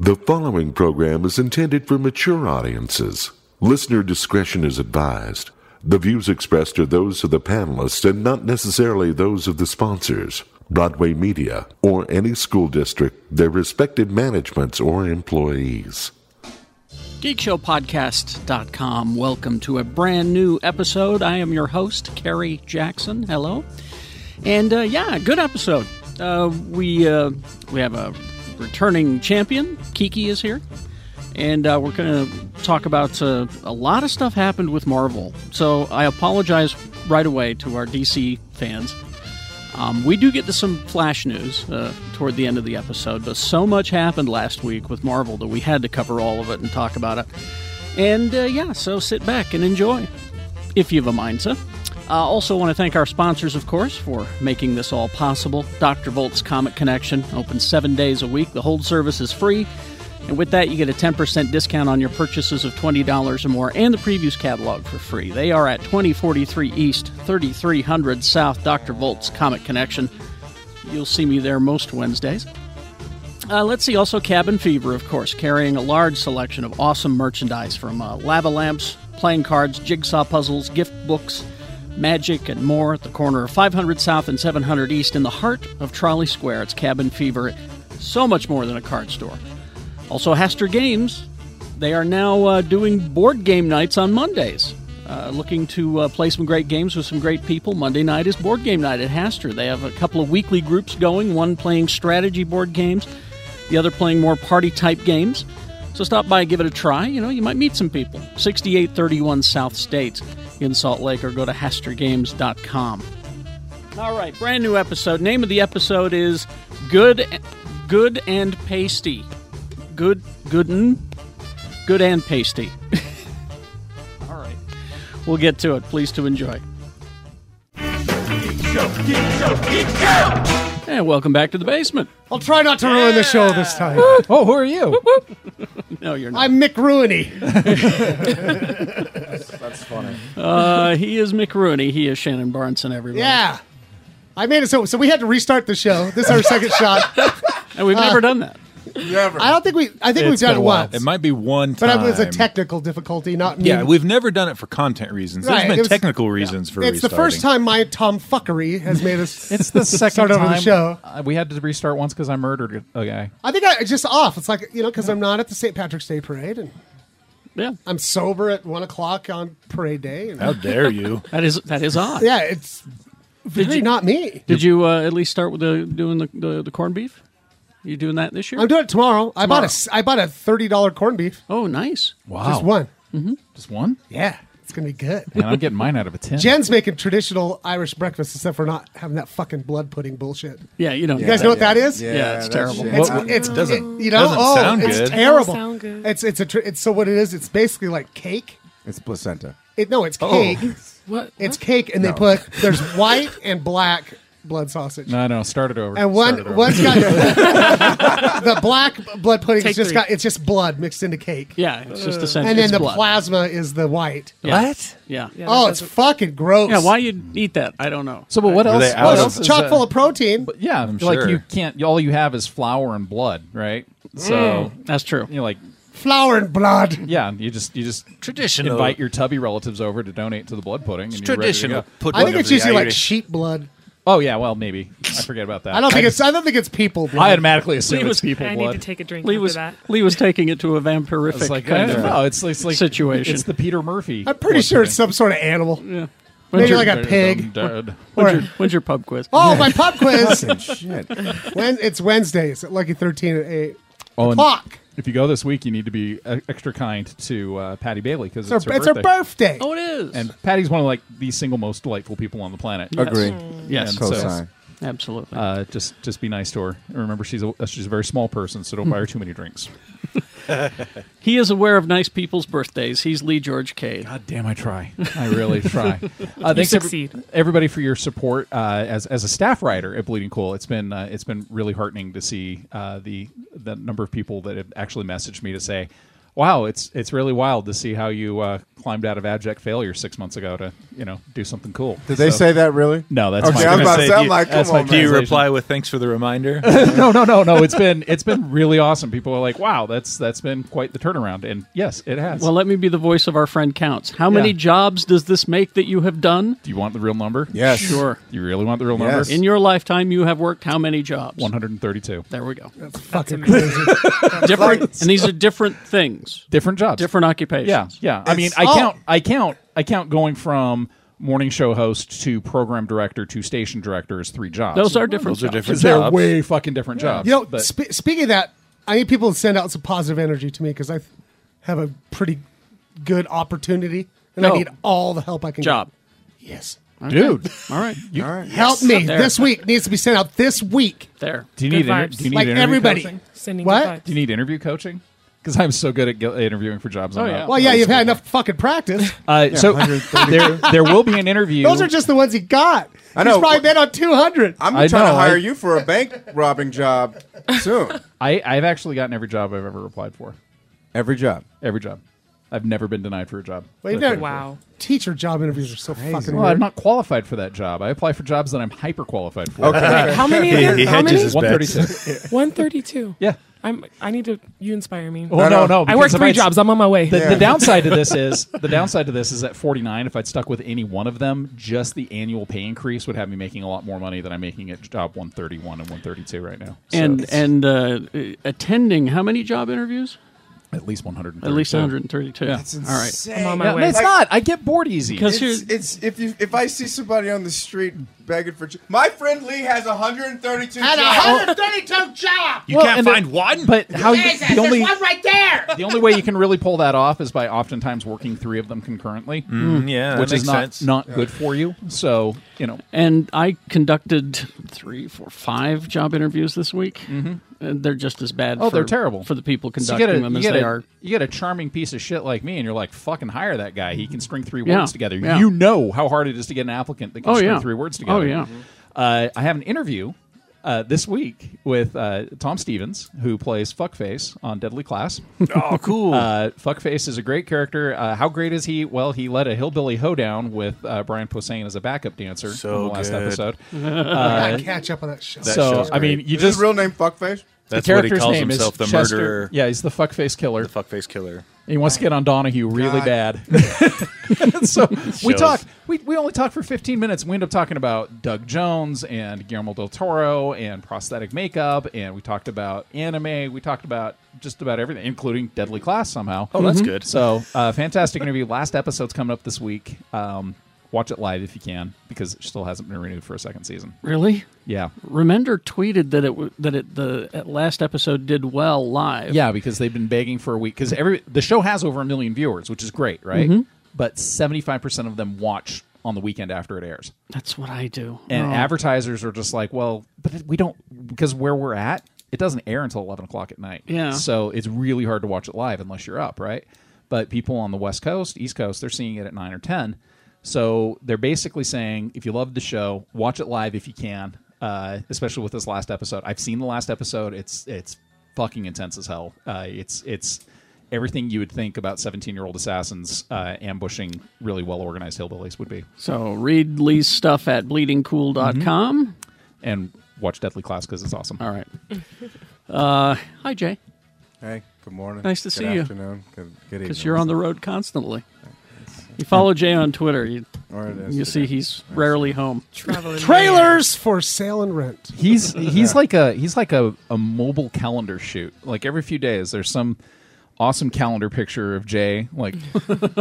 The following program is intended for mature audiences. Listener discretion is advised. The views expressed are those of the panelists and not necessarily those of the sponsors, Broadway Media, or any school district, their respected managements, or employees. GeekShowPodcast.com. Welcome to a brand new episode. I am your host, Carrie Jackson. Hello. And uh, yeah, good episode. Uh, we, uh, we have a returning champion. Kiki is here. And uh, we're going to talk about uh, a lot of stuff happened with Marvel. So I apologize right away to our DC fans. Um, we do get to some flash news uh, toward the end of the episode, but so much happened last week with Marvel that we had to cover all of it and talk about it. And uh, yeah, so sit back and enjoy if you've a mind to. Uh, also, want to thank our sponsors, of course, for making this all possible. Dr. Volt's Comic Connection open seven days a week. The hold service is free. And with that, you get a 10% discount on your purchases of $20 or more and the previews catalog for free. They are at 2043 East, 3300 South, Dr. Volt's Comic Connection. You'll see me there most Wednesdays. Uh, let's see, also Cabin Fever, of course, carrying a large selection of awesome merchandise from uh, lava lamps, playing cards, jigsaw puzzles, gift books, magic, and more at the corner of 500 South and 700 East in the heart of Trolley Square. It's Cabin Fever, so much more than a card store. Also, Haster Games, they are now uh, doing board game nights on Mondays. Uh, looking to uh, play some great games with some great people. Monday night is board game night at Haster. They have a couple of weekly groups going, one playing strategy board games, the other playing more party type games. So stop by, give it a try. You know, you might meet some people. 6831 South State in Salt Lake, or go to hastergames.com. All right, brand new episode. Name of the episode is Good, Good and Pasty. Good, good and good and pasty. All right, we'll get to it. Please to enjoy. And welcome back to the basement. I'll try not to ruin the show this time. Oh, who are you? No, you're not. I'm Mick Rooney. Uh, he is Mick Rooney. He is Shannon Barneson. Everybody. Yeah. I made it so so we had to restart the show. This is our second shot. and we've Uh, never done that. I don't think we I think we've It's done been it a while. once. It might be one but time. it was a technical difficulty, not me. Yeah, we've never done it for content reasons. Right, There's it been was- technical reasons for It's the first time my tomfuckery has made us It's the second start over time the show. Uh, we had to restart once because I murdered a guy. I think I it's just off. It's like you know, because I'm not at the St. Patrick's Day parade and Yeah. I'm sober at one o'clock on parade day. And How dare you? That is that is odd. yeah, it's very you- not me. Did you uh, at least start with the, doing the, the the corned beef? You doing that this year? I'm doing it tomorrow. I Tomorrow. bought a s- I bought a thirty dollar corned beef. oh, nice. Wow. Just one. Just one? Yeah. It's gonna be good. And I'm getting mine out of a tin. Jen's making traditional Irish breakfast, except for not having that fucking blood pudding bullshit. Yeah, you don't. You guys know what that is? Yeah, it's that's terrible. shit. It's, Well, it's doesn't- it- you know doesn't oh sound it's good. terrible. Doesn't sound good. It's it's a tr- it's so what it is. It's basically like cake. It's placenta. It no, it's cake. What? It's cake, and they put there's white and black blood sausage. No, no, start it over. And Start it one over. one's got the black blood pudding. Take It's just three. got it's just blood mixed into cake. Yeah, it's just essentially. And then it's the blood. plasma is the white. Yeah. What? Yeah. yeah. Yeah, Oh, that it's doesn't- fucking gross. why you eat that? I don't know. So, but what else? they out what of- Well, else it's is, chock uh, full of protein. Yeah, like sure. you can't. All you have is flour and blood, right? So Mm. That's true. you know, like flour and blood. yeah, you just you just Traditional. invite your tubby relatives over to donate to the blood pudding. And you're ready to traditional. go. Put I one think of it's the usually like Irish- sheep blood. Oh yeah, well maybe Uh, I forget about that. I don't think it's. I don't think it's people. I Blood. automatically assume Lee it's was- people I blood. need to take a drink Lee after was that. Lee was taking it to a vampirific it's like kind I of don't know. It's, it's like situation. It's the Peter Murphy. I'm pretty blood sure pudding. it's some sort of animal. When's Maybe your, like a pig. Dead. when's, or- your, when's your pub quiz? Oh, my pop quiz. Shit. when it's Wednesdays at Lucky Thirteen at eight. Oh, and Fuck. if you go this week, you need to be uh, extra kind to uh, Patty Bailey because It's, it's, her, it's her birthday. Oh, it is. And Patty's one of like the single most delightful people on the planet. Oh, Agree. yes, and Cosign. absolutely. Uh, just just be nice to her. And remember, she's a, she's a very small person, so don't buy her too many drinks. he is aware of nice people's birthdays. He's Lee George Cade. God Ah, damn, I try. I really try. Uh, thanks every- succeed. everybody for your support uh, as as a staff writer at Bleeding Cool. It's been uh, it's been really heartening to see uh, the the number of people that have actually messaged me to say. wow, it's it's really wild to see how you uh, climbed out of abject failure six months ago to you know do something cool. Did they So- say that really? No, that's my- okay. I was about to Say, say, do I'm you- like, come that's my on, Do you man. Translation. reply with thanks for the reminder? no, no, no, no. It's been it's been really awesome. People are like, wow, that's that's been quite the turnaround. And yes, it has. Well, let me be the voice of our friend Counts. How many Yeah. jobs does this make that you have done? do you want the real number? Yes. Sure. You really want the real number? Yes. In your lifetime, you have worked how many jobs? 132 There we go. fucking crazy. Different, and these are different things, different jobs. different occupations. Yeah, yeah. I mean, I count, I count, I count going from morning show host to program director to station director is three jobs. Those are different. Those are jobs. different because they're jobs. way fucking different jobs. You know, but spe- speaking of that, I need people to send out some positive energy to me because I th- have a pretty good opportunity, and No. I need all the help I can Job. get. Yes, dude, All right. All right. help me There. this week needs to be sent out this week. There. do you need Good inter- vibes. do you need Like interview everybody. Coaching? Sending What? good vibes. Do you need interview coaching? Because I'm so good at gu- interviewing for jobs. Oh, I'm yeah. not- Well, yeah, you've had enough fucking practice. Uh, so there, there will be an interview. Those are just the ones he got. I know. He's probably been on two hundred. I'm I trying know, to hire I- you for a bank robbing job soon. I, I've actually gotten every job I've ever applied for. Every job. Every job. I've never been denied for a job. Wait, That's no. pretty cool. Wow. Teacher job interviews are so fucking Well, I'm weird. not qualified for that job. I apply for jobs that I'm hyper qualified for. Okay. How many? He- Of them? he How hedges many? his- One thirty-six. One thirty-two. yeah. I'm. I need to. You inspire me. Well, no, no. no. I Oh, because work if three I'd- jobs. I'm on my way. The, the downside to this is the downside to this is at 49. If I'd stuck with any one of them, just the annual pay increase would have me making a lot more money than I'm making at job 131 and 132 right now. So And it's and uh, attending how many job interviews? at least 100. At least 132. That's All right. I'm on my Yeah, way. it's not. I get bored easy. Because It's, here's it's if you if I see somebody on the street begging for jo- my friend Lee has 132 And a jobs. hundred thirty-two job. You Well, can't and the- find one? But how you, Jesus, the only there's one right there. the only way you can really pull that off is by oftentimes working three of them concurrently, Mm, yeah, that which is makes not sense. not good for you. So you know, and I conducted three, four, five job interviews this week. Mm-hmm. And they're just as bad. Oh, for, they're terrible. for the people So conducting you get, a, them you, as get they a- are. you get a charming piece of shit like me, and you're like, fucking hire that guy. He can string three Yeah, words together. yeah. You know how hard it is to get an applicant that can Oh, string yeah. three words together. Oh, yeah. Uh, I have an interview uh, this week with uh, Tom Stevens, who plays Fuckface on Deadly Class. Oh, cool. Uh, Fuckface is a great character. Uh, how great is he? Well, he led a hillbilly hoedown with uh, Brian Posehn as a backup dancer So in the last good. episode. Uh, I gotta catch up on that show. so show's I mean, you Is his just real name fuckface? That's the what he character's calls name himself, the is Chester. murderer, Yeah, he's the Fuckface killer. the fuckface killer. And he wants to get on Donahue really God. bad. so we Shows. talked. We, we only talked for 15 minutes. And we end up talking about Doug Jones and Guillermo del Toro and prosthetic makeup. And we talked about anime. We talked about just about everything, including Deadly Class somehow. Oh, that's good. So uh, fantastic interview. Last episode's coming up this week. Um, watch it live if you can because it still hasn't been renewed for a second season. Really? Yeah. Remender tweeted that it w- that it the uh, last episode did well live. Yeah, because they've been begging for a week because every the show has over a million viewers, which is great, right? But seventy five percent of them watch on the weekend after it airs, that's what I do. and Oh. advertisers are just like, "Well, but we don't because where we're at, it doesn't air until eleven o'clock at night. Yeah. so it's really hard to watch it live unless you're up, right? But people on the West Coast, East Coast, they're seeing it at nine or ten, so they're basically saying, if you love the show, watch it live if you can. Uh, especially with this last episode, I've seen the last episode. It's it's fucking intense as hell. Uh, it's it's everything you would think about 17 year old assassins uh, ambushing really well organized hillbillies would be. So read Lee's stuff at Mm-hmm. bleedingcool.com. And watch Deadly Class because it's awesome. All right. Uh, hi, Jay. Hey, good morning. Nice to good see you. afternoon. you. Good, good evening. Because you're on the road constantly. You follow Jay on Twitter. You, Or it is you see today. he's rarely home. Traveling Trailers for sale and rent. He's he's like a he's like a, a mobile calendar shoot. Like every few days, there's some awesome calendar picture of Jay like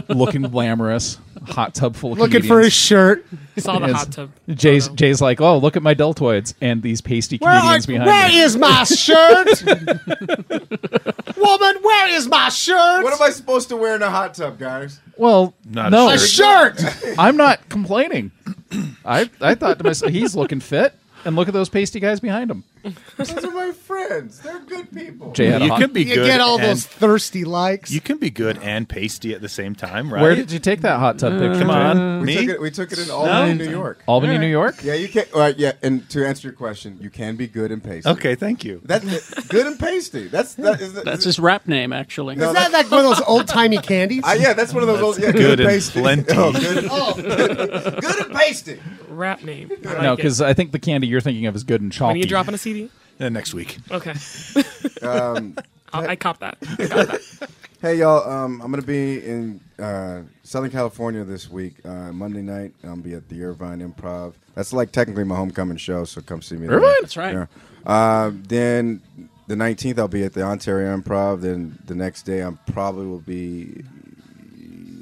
looking glamorous, hot tub full of Looking for his comedians. shirt. man. Saw the Yes. hot tub. Jay's photo. Jay's like, oh look at my deltoids and these pasty Where, are, comedians behind where me. is my shirt? Woman, where is my shirt? What am I supposed to wear in a hot tub, guys? Well, Not no, a a shirt. I'm not complaining. I I thought to myself, he's looking fit, and look at those pasty guys behind him. Those are my friends. They're good people. Jay had a you hot- can be You good. get all and, those thirsty likes. You can be good and pasty at the same time, right? Where did you take that hot tub picture? Come on, We me. took it. We took it in Albany, New York. Albany, New York. Yeah, you can. All right, yeah, and to answer your question, you can be good and pasty. Okay, thank you. That's it. good and pasty. That's that is. That's his rap name, actually. Is that like one of those old timey candies? Uh, yeah, that's one of those old. Yeah, good and pasty. plenty. Oh, good, and- oh, good, good and pasty. Rap name. I No, like it. because I think the candy you're thinking of is good and when chalky. you dropping a CD. Uh, next week. Okay. I'll I cop that. Hey y'all, um, I'm gonna be in uh, Southern California this week, uh, Monday night. I'll be at the Irvine Improv. That's like technically my homecoming show, so come see me. there. Irvine? That's right. Yeah. Uh, then the 19th, I'll be at the Ontario Improv. Then the next day, I probably will be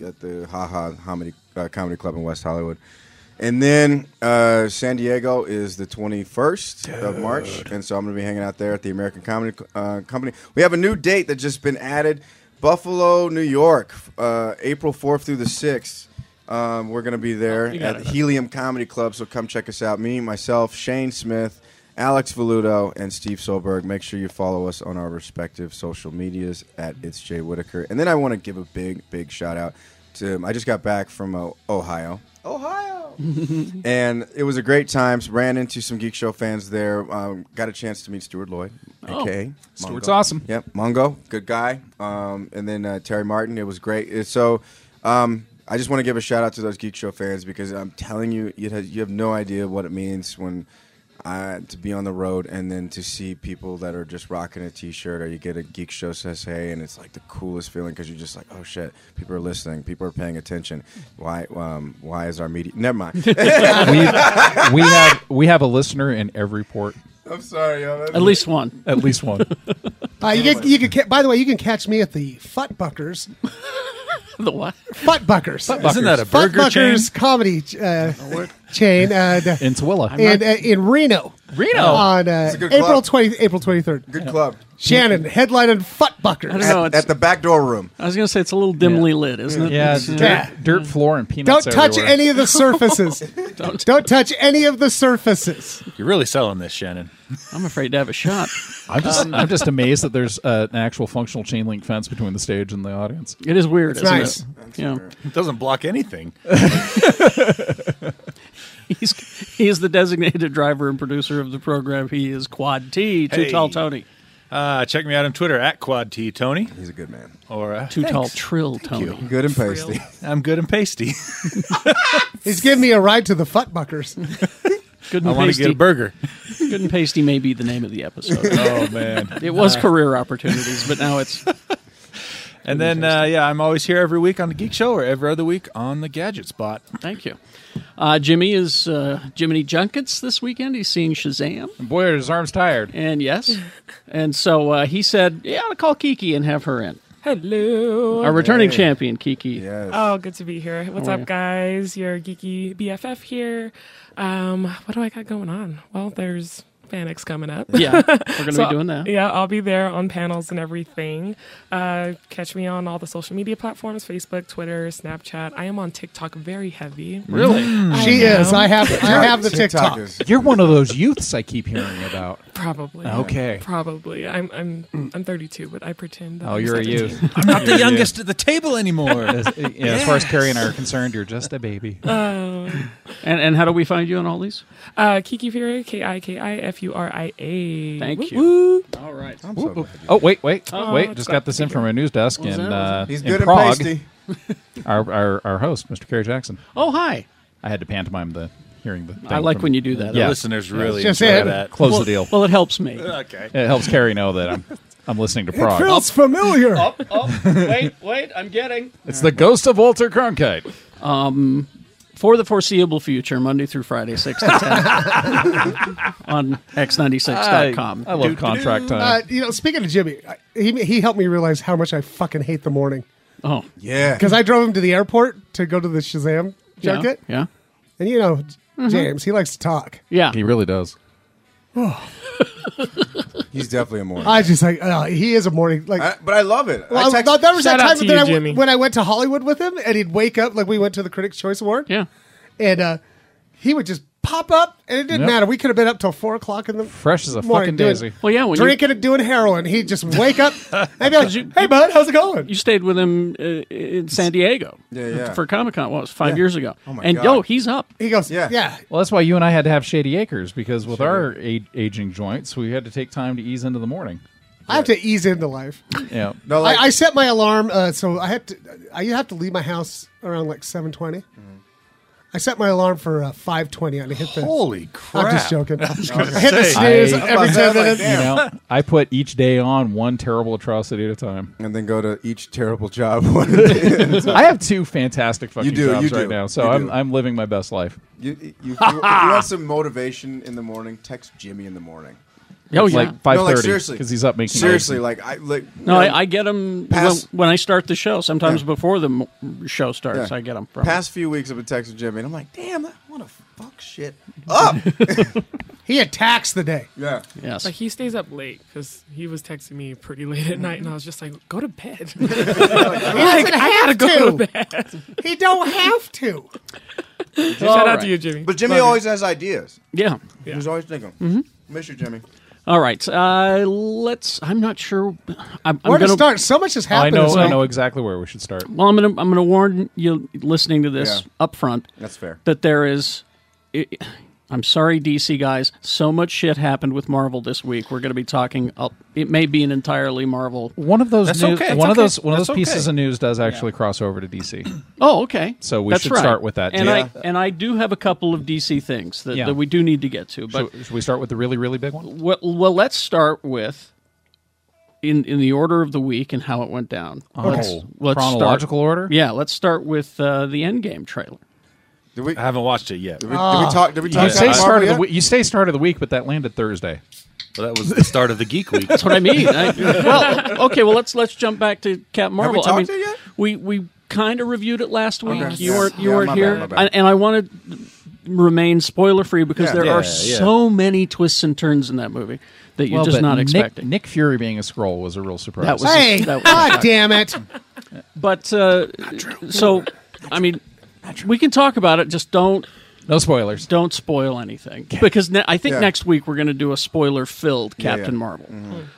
at the Ha Ha Comedy, uh, Comedy Club in West Hollywood. And then uh, San Diego is the 21st of March. And so I'm going to be hanging out there at the American Comedy uh, Company. We have a new date that's just been added Buffalo, New York, uh, April 4th through the 6th. Um, we're going to be there You got at it. Helium Comedy Club. So come check us out. Me, myself, Shane Smith, Alex Valuto, and Steve Solberg. Make sure you follow us on our respective social medias at It's Jay Whitaker. And then I want to give a big, big shout out to. I just got back from uh, Ohio. Ohio. and it was a great time. Ran into some Geek Show fans there. Um, got a chance to meet Stuart Lloyd, Oh, aka Stuart's Mongo. awesome. Yep, Mongo, good guy. Um, and then uh, Terry Martin, it was great. Uh, So um, I just want to give a shout out to those Geek Show fans because I'm telling you, you have, you have no idea what it means when uh, to be on the road and then to see people that are just rocking a T-shirt or you get a Geek Show says hey, and it's like the coolest feeling because you're just like, oh shit, people are listening, people are paying attention. Why? Um, why is our media? Never mind. we, we have we have a listener in every port, I'm sorry, y'all. At least one. at least one. Uh, you can, you can, ca- by the way, you can catch me at the Futt Buckers. the what? Futt Buckers. Isn't that a Futt burger chain? Buckers comedy uh, chain uh, In Tooele. and, uh, in Reno. Reno? On uh, a good April, club. 20, April 23rd. Good club. Shannon, headline on Futt Buckers. I don't know. At, it's- at the back door room. I was going to say it's a little dimly lit, isn't it? yeah, It's, uh, dirt, dirt floor and Don't peanuts. touch everywhere. any of the surfaces. don't. touch any of the surfaces. You're really selling this, Shannon. I'm afraid to have a shot. I'm just I'm just amazed that there's uh, an actual functional chain link fence between the stage and the audience. It is weird, isn't nice. it? Yeah. It doesn't block anything. He's he is the designated driver and producer of the program. He is Quad T, Too Hey. Tall Tony, Uh, check me out on Twitter at Quad T Tony He's a good man. or uh, Too Tall thanks. Trill Tony. Good and pasty. I'm good and pasty. He's giving me a ride to the Futt Buckers. Good I and want to get pasty. a burger. Good and pasty may be the name of the episode. Oh man! it was career opportunities, but now it's and then uh, yeah, I'm always here every week on the Geek Show or every other week on the Gadget Spot. thank you. Uh, Jimmy is uh, Jiminy Junkets this weekend. He's seeing Shazam, Boy, are his arms tired. and yes, and so uh, he said, "Yeah, I'll call Kiki and have her in." Hello. Our returning champion, Kiki. Yes. Oh, good to be here. What's up, guys? Your geeky BFF here. Um, what do I got going on? Well, there's Fanex coming up. Yeah, we're going to So, be doing that. Yeah, I'll be there on panels and everything. Uh, catch me on all the social media platforms Facebook, Twitter, Snapchat. I am on TikTok very heavy. Really? she know. is. I have I have the TikTok. is- You're one of those youths I keep hearing about. Probably. Okay. Probably. I'm I'm I'm 32, but I pretend. That Oh, I'm you're a 17. youth. I'm not the youngest at the table anymore. As, uh, yeah, as far as Carrie and I are concerned, you're just a baby. And and how do we find you on all these? Uh, Kiki Furia, K I K I F U R I A. Thank you. All right. Oh wait, wait, Oh, wait! Just got crap. this in from our news desk in, that? uh, He's in good and Prague. pasty. Our, our our host, Mr. Kerry Jackson. Oh, hi. I had to pantomime the hearing the. Thing I like from- when you do that. The Yeah. listeners really Just enjoy it. that. close well, the deal. Well, it helps me. Okay. It helps Carrie know that I'm I'm listening to Prague. Feels familiar. oh, wait, wait, I'm getting. It's the ghost of Walter Cronkite. For the foreseeable future, Monday through Friday, 6 to 10 on x96.com. I love contract Uh, time. you know, speaking of Jimmy, I- he he helped me realize how much I fucking hate the morning oh, Yeah. because I drove him to the airport to go to the Shazam yeah, junket, yeah. and you know, J- Mm-hmm. James he likes to talk. Yeah. He really does. He's definitely a moron. I just like uh, he is a morning like. I- but I love it. Well, I text, no, there was Shout that out time to that you, I w- Jimmy. when I went to Hollywood with him, and he'd wake up like we went to the Critics' Choice Award, Yeah. and uh, he would just pop up, and it didn't Yep. matter. We could have been up till four o'clock in the Fresh as a morning fucking doing- daisy. Well, yeah, when you- drinking and doing heroin. He'd just wake up and be like, "Hey, bud, how's it going?" You stayed with him uh, in San Diego Yeah, yeah. for Comic Con. Well, it was five years ago. Oh my and God. yo, he's up. He goes, "Yeah, Yeah. yeah." Well, that's why you and I had to have Shady Acres because with our a- aging joints, we had to take time to ease into the morning. I have to ease into life. Yeah. No, like, I, I set my alarm, uh, so I had to. I have to leave my house around like seven Mm-hmm. I set my alarm for uh, five twenty. I had to hit the. Holy crap! I'm just joking. I hit the snooze I- every I'm ten like, minutes. You know, I put each day on one terrible atrocity at a time. and then go to each terrible job. One at a time. I have two fantastic fucking do, jobs you do, right now, so you I'm do. I'm living my best life. you, you, if you, if you want some motivation in the morning, text Jimmy in the morning. Oh, It's yeah. like five no, like thirty because seriously, he's up making seriously. Like I like no, you know, I, I get him Past- when, when I start the show. Sometimes before the m- show starts, Yeah. I get him. From. past few weeks I've been texting Jimmy, and I'm like, damn, I want to fuck shit up. He attacks the day. yeah, yes. But he stays up late because he was texting me pretty late at night, and I was just like, "Go to bed." Like, I gotta go to bed. He don't have to. Shout out right. to you, Jimmy. but Jimmy always has ideas. Yeah. He's always thinking. Miss you, Jimmy. All right. Uh, let's. I'm not sure. I'm, I'm Where to gonna- start? So much has I happened. know this I week. know exactly where we should start. Well, I'm gonna I'm gonna warn you listening to this Yeah. up front. That's fair. That there is. It, I'm sorry, DC guys. So much shit happened with Marvel this week. We're going to be talking. Up, it may be an entirely Marvel. One of those That's news, okay. one That's of those okay. one of That's those pieces okay. of news does actually cross over to DC. Oh, okay. So we That's should right. start with that, And too. I and I do have a couple of DC things that, Yeah. that we do need to get to. But should, should we start with the really really big one? well, well, let's start with in in the order of the week and how it went down. Let's- Oh, let's start- chronological order. Yeah, let's start with uh, the Endgame trailer. Did we? I haven't watched it yet. Did we, did we talk? Did we talk? You say about start of Marvel the yet? week. You say start of the week, but that landed Thursday. Well, that was the start of the Geek Week. That's what I mean. I, well, okay. Well, let's let's jump back to Cap Marvel. I mean, talked yet? we we kind of reviewed it last week. Okay. You Yeah. weren't you Yeah, weren't my bad, here, my bad. I- and I want to remain spoiler free because Yeah. there Yeah, are yeah. so many twists and turns in that movie that you're well, just but not Nick, expecting. Nick Fury being a scroll was a real surprise. That was- Hey, That was- god damn it! But uh, so, I mean, we can talk about it. Just don't no spoilers. don't spoil anything because ne- I think Yeah. next week we're going to do a spoiler filled Yeah, Mm-hmm. yeah. Captain Marvel.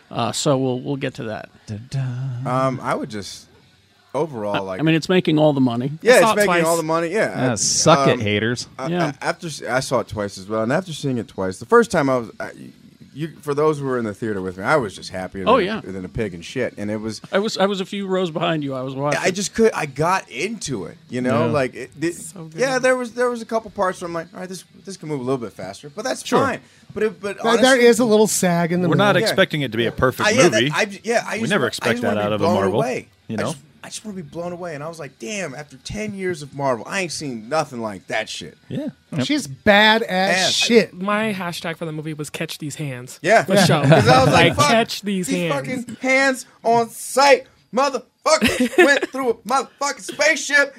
Uh, so we'll we'll get to that. Um, I would just overall like. I mean, it's making all the money. I yeah, it's saw it making twice. all the money. Yeah, Ah, suck Um, it, haters. I- Yeah. I- after se- I saw it twice as well, and after seeing it twice, the first time I was, I, you for those who were in the theater with me, I was just happier. Than, Oh, yeah. than a pig and shit, and it was. I was I was a few rows behind you. I was watching. I just could. I got into it, you know. Yeah. Like, it, it- good. yeah, there was there was a couple parts where I'm like, all right, this this can move a little bit faster, but that's fine. But it, but Now, honestly, there is a little sag in the We're middle. not Yeah. expecting it to be a perfect I, yeah, movie. that- I, yeah, I we just never wa- I expect just that wanna be out of a blown Marvel. Away. You I know, just, I just want to be blown away, and I was like, damn, after ten years of Marvel, I ain't seen nothing like that shit. yeah. She's bad as Ass. shit. My hashtag for the movie was "Catch these hands." Yeah, for sure. Because I was like, fuck, catch these, these hands. fucking hands on sight, motherfucker went through a motherfucking spaceship.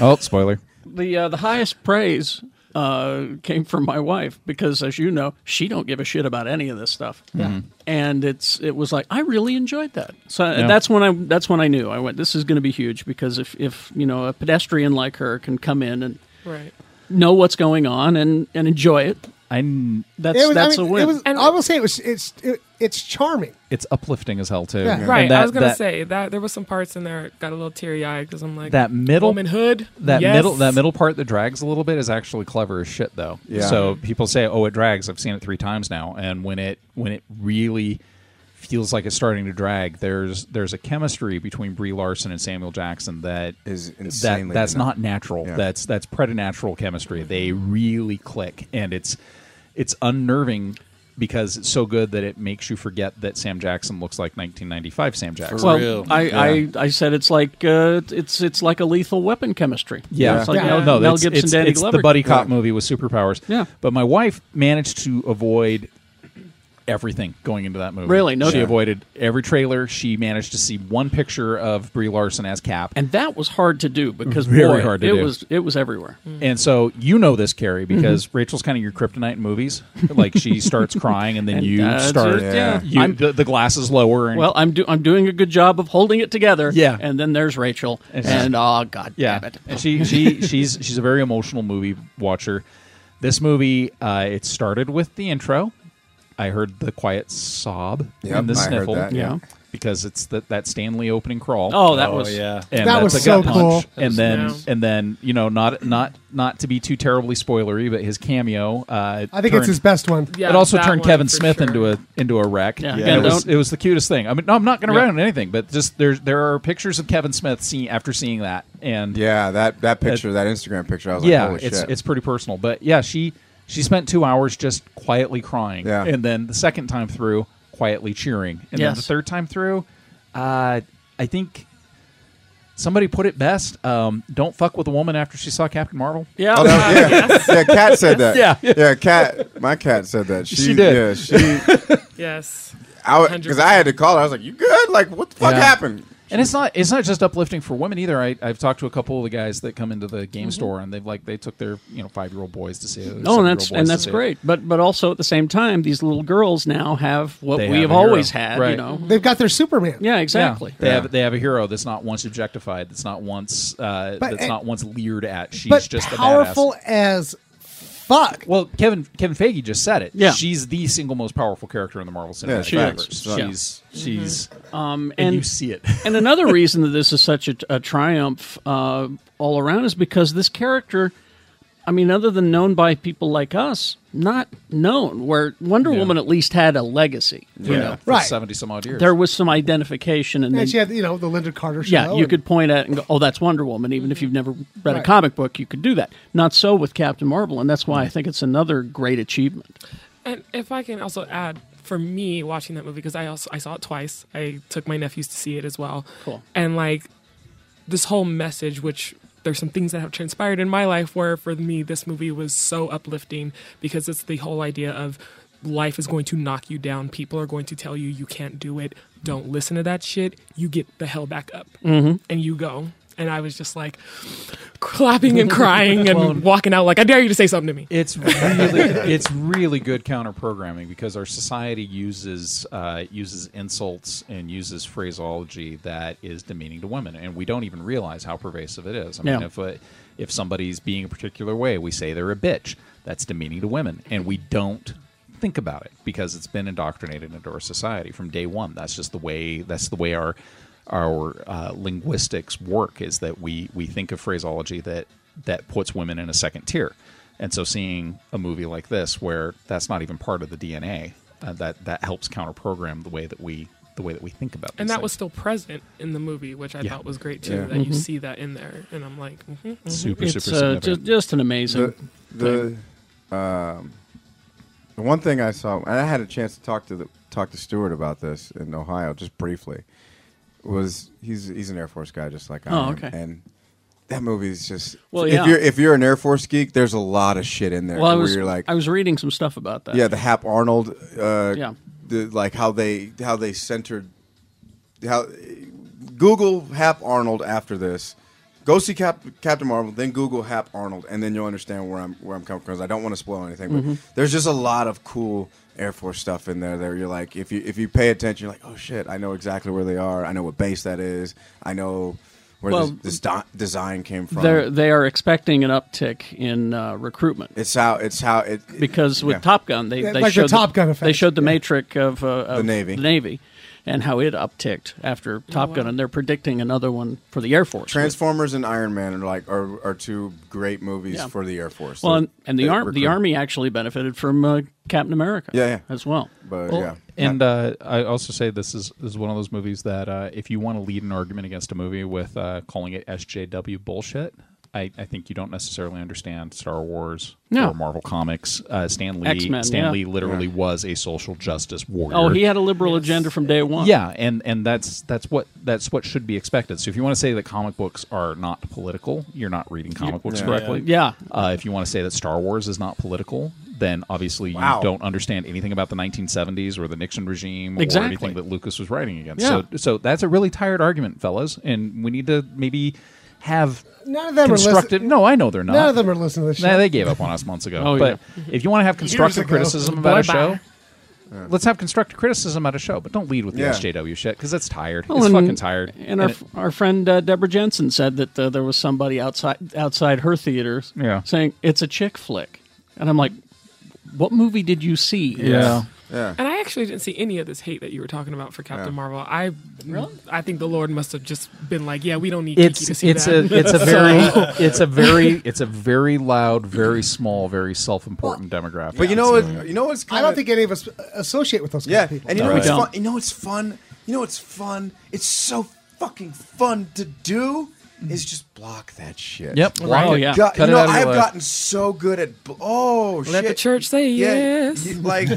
Oh, spoiler. the uh, the highest praise uh, came from my wife because, as you know, she don't give a shit about any of this stuff. Mm-hmm. And it's it was like I really enjoyed that. So and that's when I that's when I knew I went. This is going to be huge because if if you know a pedestrian like her can come in and Right. know what's going on and and enjoy it, I. kn- that's It was, that's I mean, a win. It was, And- I will say it was. It's it, it's charming. It's uplifting as hell too. Yeah. And Right. I that- was gonna that- say that there were some parts in there that got a little teary eyed because I'm like That middle- womanhood. That yes. middle that middle part that drags a little bit is actually clever as shit though. Yeah. So people say, "Oh, it drags." I've seen it 3 times now, and when it when it really feels like it's starting to drag, there's there's a chemistry between Brie Larson and Samuel Jackson that Is that, insanely that's dynamic. not natural. Yeah. That's that's preternatural chemistry. They really click and it's it's unnerving because it's so good that it makes you forget that Sam Jackson looks like 1995 Sam Jackson. For well, real. I, I, I said it's like uh, it's it's like a lethal weapon chemistry. Yeah, it's like Yeah. Mel, no, Mel it's, Gibson, it's, Danny it's Glover. the buddy cop movie with superpowers. Yeah. but my wife managed to avoid everything going into that movie. Really? No she doubt. avoided every trailer. She managed to see one picture of Brie Larson as Cap, and, and that was hard to do because Very boy, hard to it do. was it was everywhere. so you know this, Carrie, Mm-hmm. because Rachel's kind of your kryptonite in movies. like she starts crying, and then And you that's start. it, yeah. you- I'm- the, the glasses lower. And, Well, I'm do- I'm doing a good job of holding it together. Yeah. And then there's Rachel. And, And she- oh god yeah, damn it. and she she she's she's a very emotional movie watcher. This movie, uh, it started with the intro. I heard the quiet sob Yep, and the I heard sniffle. that, yeah. Yeah. Because it's the, that Stanley opening crawl. Oh, that Oh, was yeah. and That that's was a gut so punch. cool. That And was then nice. and then you know not not not to be too terribly spoilery, but his cameo. Uh, I think turned, it's his best one. Yeah, it also that turned one Kevin for Smith sure. into a into a wreck. Yeah. And Yeah, it was don't- it was the cutest thing. I mean, no, I'm not going to Yeah. ruin anything, but just there there are pictures of Kevin Smith seeing after seeing that, and Yeah, that that picture, that Instagram picture, I was yeah, like, holy it's shit. it's pretty personal. But yeah, she she spent two hours just quietly crying, Yeah. and then the second time through, quietly cheering, and then the Yes. third time through, uh, I think somebody put it best: um, don't fuck with a woman after she saw Captain Marvel. Yeah. Oh, that- yeah, yeah. Cat said that. Yeah. yeah. Cat, my cat said that. She, She did. Yeah, she. Yes. Because I, had to call her. I was like, "You good? Like, what the fuck Yeah. happened?" And it's not it's not just uplifting for women either. I, I've talked to a couple of the guys that come into the game store and they've like they took their you know five year old boys to see it. their Mm-hmm. Oh, and seven-year-old that's boys and to that's see it. great. But but also at the same time, these little girls now have what They we have have a hero. always had. You Right. Mm-hmm. know. They've got their Superman. Yeah. Yeah. Exactly. They have they have a hero that's not once objectified. That's not once uh, But- that's not once leered at. She's but just powerful a badass. as fuck. Well, Kevin Kevin Feige just said it. Yeah. she's the single most powerful character in the Marvel Yeah, Cinematic she is. Universe. Yeah. She's she's Um, and and you see it. and another reason that this is such a, a triumph uh, all around is because this character, I mean, other than known by people like us, not known. Where Wonder Woman at least had a legacy. You know, for Right. seventy some odd years. there was some identification, and, then And she had, you know, the Linda Carter show. yeah, you and- could point at it and go, "Oh, that's Wonder Woman." Even if you've never read a Right. comic book, you could do that. Not so with Captain Marvel, and that's why I think it's another great achievement. And if I can also add, for me watching that movie because I also I saw it twice. I took my nephews to see it as well. Cool. And like this whole message, which there's some things that have transpired in my life where for me this movie was so uplifting because it's the whole idea of life is going to knock you down. People are going to tell you you can't do it. Don't listen to that shit. You get the hell back up and you go. And I was just like clapping and crying and walking out like I dare you to say something to me. It's really it's really good counter programming because our society uses uh, uses insults and uses phraseology that is demeaning to women, and we don't even realize how pervasive it is. I mean, Yeah. if uh, if somebody's being a particular way, we say they're a bitch. That's demeaning to women, and we don't think about it because it's been indoctrinated into our society from day one. That's just the way. That's the way our our uh, linguistics work is that we we think of phraseology that that puts women in a second tier, and so seeing a movie like this where that's not even part of the DNA uh, that that helps counter program the way that we the way that we think about. and these that was things. still present in the movie, which I Yeah. thought was great too. Yeah. That you see that in there, and I'm like, mhm, mhm. super It's super uh, significant. just, just an amazing. The the um, the one thing I saw, and I had a chance to talk to the talk to Stewart about this in Ohio just briefly, was he's he's an Air Force guy just like I Oh, am, okay. and that movie's just Well, if yeah. you're if you're an Air Force geek, there's a lot of shit in there well, I where was you're like I was reading some stuff about that. Yeah, the Hap Arnold. Uh, Yeah. The, like how they how they centered how Google Hap Arnold after this. Go see Cap, Captain Marvel, then Google Hap Arnold, and then you'll understand where I'm where I'm coming from. 'cause I don't want to spoil anything, Mm-hmm. but there's just a lot of cool Air Force stuff in there. There, you're like, if you if you pay attention, you're like, oh shit, I know exactly where they are. I know what base that is. I know where Well, this, this di- design came from. They're, they are expecting an uptick in uh, recruitment It's how it's how it because with yeah. Top Gun, they, Yeah, they like the showed Top Gun effect. They showed the matrix of, uh, of The Navy. the Navy, and how it upticked after Oh, Top Gun, and they're predicting another one for the Air Force. Transformers and Iron Man are like are, are two great movies Yeah. for the Air Force. well, and, and the They arm the recruit. army actually benefited from uh, Captain America. Yeah, yeah. as well. but yeah, And uh, I also say this is this is one of those movies that uh, if you want to lead an argument against a movie with uh, calling it SJW bullshit, I, I think you don't necessarily understand Star Wars No. or Marvel comics. Uh, Stan Lee, X-Men, Stan yeah. Lee literally was a social justice warrior. Oh, he had a liberal agenda from day one. Yeah, and and that's that's what that's what should be expected. So if you want to say that comic books are not political, you're not reading comic books correctly. Yeah. Uh, if you want to say that Star Wars is not political, then obviously Wow. you don't understand anything about the 1970s or the Nixon regime or Exactly. anything that Lucas was writing against. Yeah. So so that's a really tired argument, fellas, and we need to maybe have None of them are constructive. listening- no, I know they're not. None of them are listening to this Nah, shit. they gave up on us months ago. Oh, but if you want to have constructive ago. criticism about a Bye-bye. show, let's have constructive criticism about a show, but don't lead with the Yeah. SJW shit because it's tired. Well, it's and- fucking tired. And our, it- our friend uh, Deborah Jensen said that uh, there was somebody outside outside her theater Yeah. saying it's a chick flick. And I'm like, what movie did you see? Yeah. Yeah. And I actually didn't see any of this hate that you were talking about for Captain Yeah. Marvel. I Really? I think the Lord must have just been like, yeah, we don't need Kiki to it's see it's that. a it's a very it's a very it's a very loud, very small, very self-important demographic. But you know what? You know what's. I Kinda, don't think any of us associate with those kind Yeah, of people. and you know Right. it's Don't. fun. You know it's fun. You know it's fun. It's so fucking fun to do. Is just block that shit. Yep. Oh, yeah. God, Cut it you know, out of your I've life. gotten so good at bl- oh Let shit. the church say Yeah, yes. y- like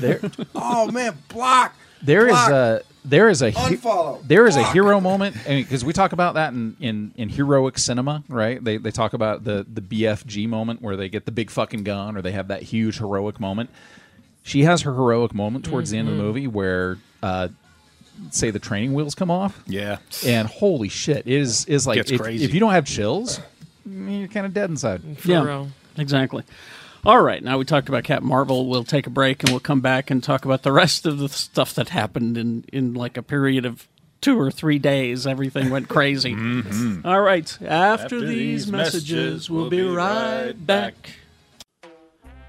oh man, block. There is block. a there is a he- Unfollow. there is a Block. hero moment because we talk about that in, in in heroic cinema, right? They they talk about the the BFG moment where they get the big fucking gun or they have that huge heroic moment. She has her heroic moment towards the end Mm-hmm. of the movie where uh say the training wheels come off. Yeah. And holy shit, it is is like Gets if, crazy. if you don't have chills, mm, you're kind of dead inside. For real. exactly. All right, now we talked about Captain Marvel. We'll take a break and we'll come back and talk about the rest of the stuff that happened in, in like a period of two or three days. Everything went crazy. All right, Mm-hmm. after, these messages, we'll be right back.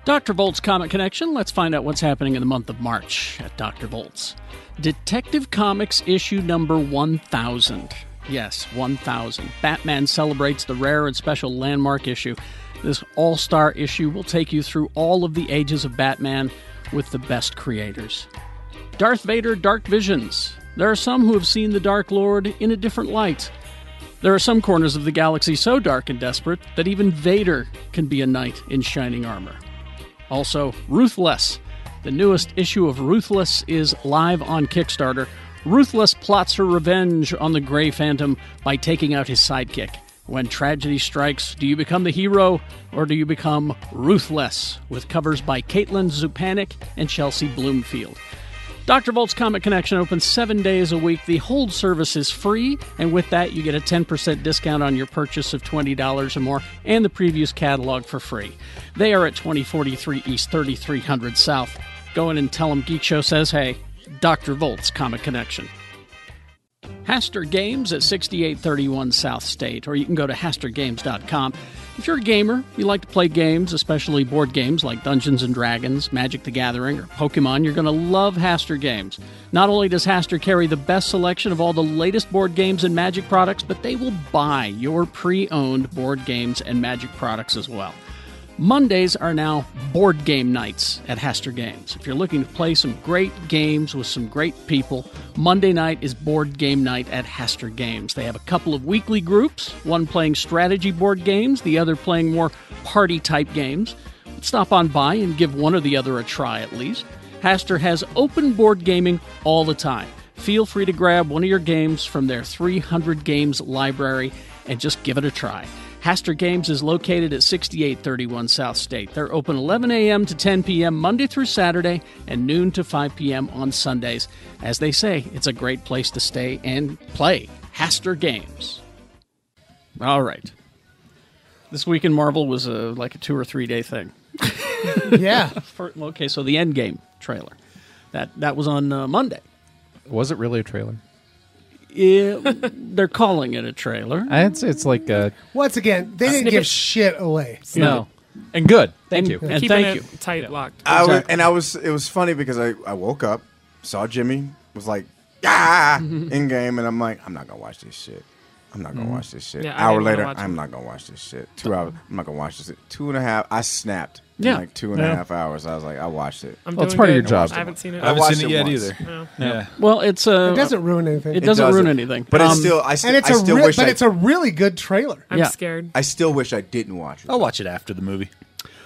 Dr. Volt's Comic Connection. Let's find out what's happening in the month of March at Dr. Volt's. Detective Comics issue number 1000. Yes, 1000. Batman celebrates the rare and special landmark issue. This all star issue will take you through all of the ages of Batman with the best creators. Darth Vader Dark Visions. There are some who have seen the Dark Lord in a different light. There are some corners of the galaxy so dark and desperate that even Vader can be a knight in shining armor. Also, Ruthless. The newest issue of Ruthless is live on Kickstarter. Ruthless plots her revenge on the Grey Phantom by taking out his sidekick. When tragedy strikes, do you become the hero or do you become ruthless? With covers by Caitlin Zupanik and Chelsea Bloomfield. Dr. Volt's Comic Connection opens seven days a week. The hold service is free, and with that, you get a 10% discount on your purchase of $20 or more and the previous catalog for free. They are at 2043 East, 3300 South. Go in and tell them Geek Show says, hey, Dr. Volt's Comic Connection. Haster Games at 6831 South State, or you can go to hastergames.com. If you're a gamer, you like to play games, especially board games like Dungeons and Dragons, Magic the Gathering, or Pokemon, you're going to love Haster Games. Not only does Haster carry the best selection of all the latest board games and Magic products, but they will buy your pre owned board games and Magic products as well. Mondays are now board game nights at Haster Games. If you're looking to play some great games with some great people, Monday night is board game night at Haster Games. They have a couple of weekly groups, one playing strategy board games, the other playing more party type games. Stop on by and give one or the other a try at least. Haster has open board gaming all the time. Feel free to grab one of your games from their 300 games library and just give it a try. Haster Games is located at 6831 South State. They're open 11 a.m. to 10 p.m. Monday through Saturday and noon to 5 p.m. on Sundays. As they say, it's a great place to stay and play. Haster Games. All right. This week in Marvel was a, like a two or three day thing. yeah. For, okay, so the Endgame trailer. That that was on uh, Monday. Was it really a trailer? It, they're calling it a trailer. I'd say it's like uh, a Once again, they didn't give shit away. No. and good. Thank And- you. And Keeping thank it you. tight locked. I was, and I was. It was funny because I, I woke up, saw Jimmy, was like, ah, in game, and I'm like, I'm not gonna watch this shit. I'm not gonna watch this shit. Yeah, I Hour didn't wanna later, watch it. I'm not gonna watch this shit. Two hours, I'm not gonna watch this. Shit. Two and a half. I snapped. in Yeah. like two and a half Yeah. hours. I was like, I watched it. I'm Well, it's doing part of your good. job. I haven't seen it. I I haven't watched seen it it yet once. either. No. Yeah. Well, it's uh, a. It doesn't ruin anything. It doesn't ruin anything. But it's Um, still. I, st- and it's I a still real, wish. but I, it's a really good trailer. I'm Yeah. scared. I still wish I didn't watch it. Oh, I'll watch it after the movie.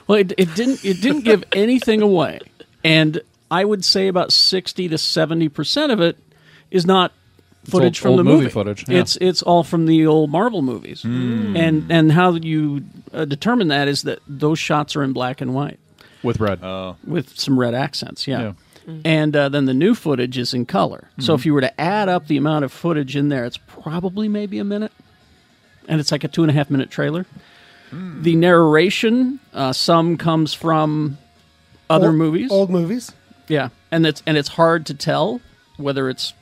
Well, it, it didn't it didn't give anything away, and I would say about sixty to seventy percent of it is not footage old- from old the movie movie. footage, yeah. Hmm. It's it's all from the old Marvel movies, and and how you uh, determine that is that those shots are in black and white With red. with some red accents. Yeah. Yeah. And uh, then the new footage is in color. So if you were to add up the amount of footage in there, it's probably maybe a minute. And it's like a two and a half minute trailer. The narration, uh, some comes from other Old- movies. Old movies. Yeah. And it's, and it's hard to tell whether it's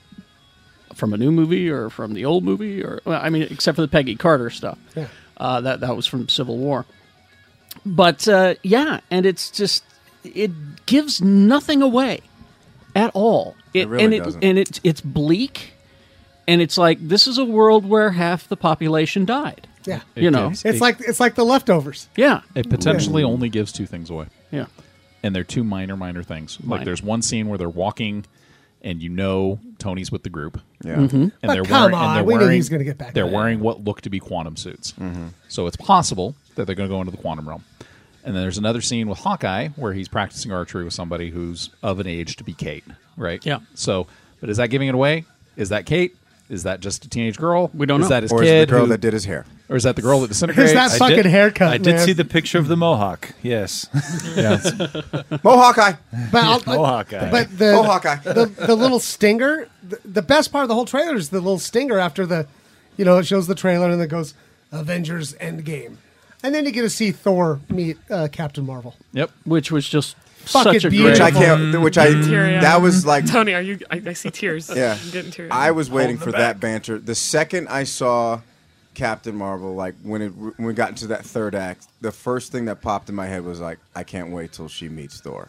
from a new movie or from the old movie or, well, I mean, except for the Peggy Carter stuff. Yeah. Uh, that, that was from Civil War. But uh, yeah, and it's just it gives nothing away at all. It, really and it doesn't. and it's it's bleak, and it's like this is a world where half the population died. Yeah. You know, gives- It's like it's like the leftovers. yeah, It potentially only gives two things away, yeah. and they're two minor, minor things. Minor. Like there's one scene where they're walking, and you know Tony's with the group. Yeah. and Mm-hmm. But they're come wearing, on, and they're we knew he wearing, was gonna get back They're there. wearing what look to be quantum suits, Mm-hmm. so it's possible that they're going to go into the quantum realm. And then there's another scene with Hawkeye where he's practicing archery with somebody who's of an age to be Kate, right? Yeah. So, but is that giving it away? Is that Kate? Is that just a teenage girl? We don't is know. That his Or is kid it the girl who- that did his hair? or is that the girl that disintegrates? Here's that I fucking did- haircut. I did man. see the picture of the mohawk. Yes. Mohawk Eye. But, I'll- but- Mohawk guy. but the, Oh, Hawkeye. the the little stinger. The, the best part of the whole trailer is the little stinger after the, you know, it shows the trailer and it goes Avengers Endgame, and then you get to see Thor meet uh, Captain Marvel. Yep. Which was just Fucking such a Which I great. beautiful. can't. Which I. Teary-eyed. That was like. Tony, are you? I, I see tears. Yeah. I'm getting tears. I was waiting for that banter. The second I saw Captain Marvel, like when it when we got into that third act, the first thing that popped in my head was like, I can't wait till she meets Thor.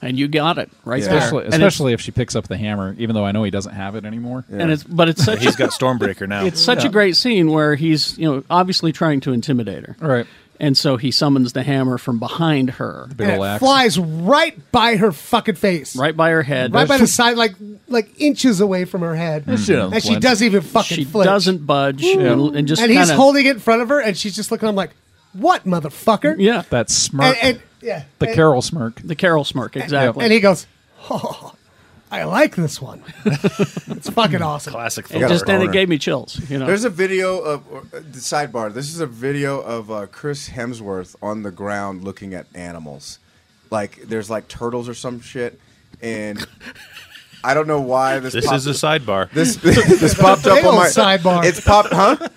And you got it right Yeah. there. Especially, and it's, especially if she picks up the hammer, even though I know he doesn't have it anymore. and it's but it's such He's got Stormbreaker now. It's such a great scene where he's, you know, obviously trying to intimidate her. All right. And so he summons the hammer from behind her, Big And ol' it axe. flies right by her fucking face, right by her head. right by the side, like like inches away from her head, and she flinch. doesn't even fucking. she flinch. doesn't budge and, and just and he's kinda- holding it in front of her, and she's just looking. at him like, "What, motherfucker?" Yeah, That and, smirk, and- yeah, the and, Carol smirk. the Carol smirk exactly. and he goes, "Oh, I like this one. it's fucking awesome." classic. It Thor. just and it boner. gave me chills. You know, There's a video of or, uh, the sidebar. This is a video of uh, Chris Hemsworth on the ground looking at animals. Like there's like turtles or some shit, and I don't know why this. This popped- is a sidebar. this this popped up Big on ol' my sidebar. It's popped, huh?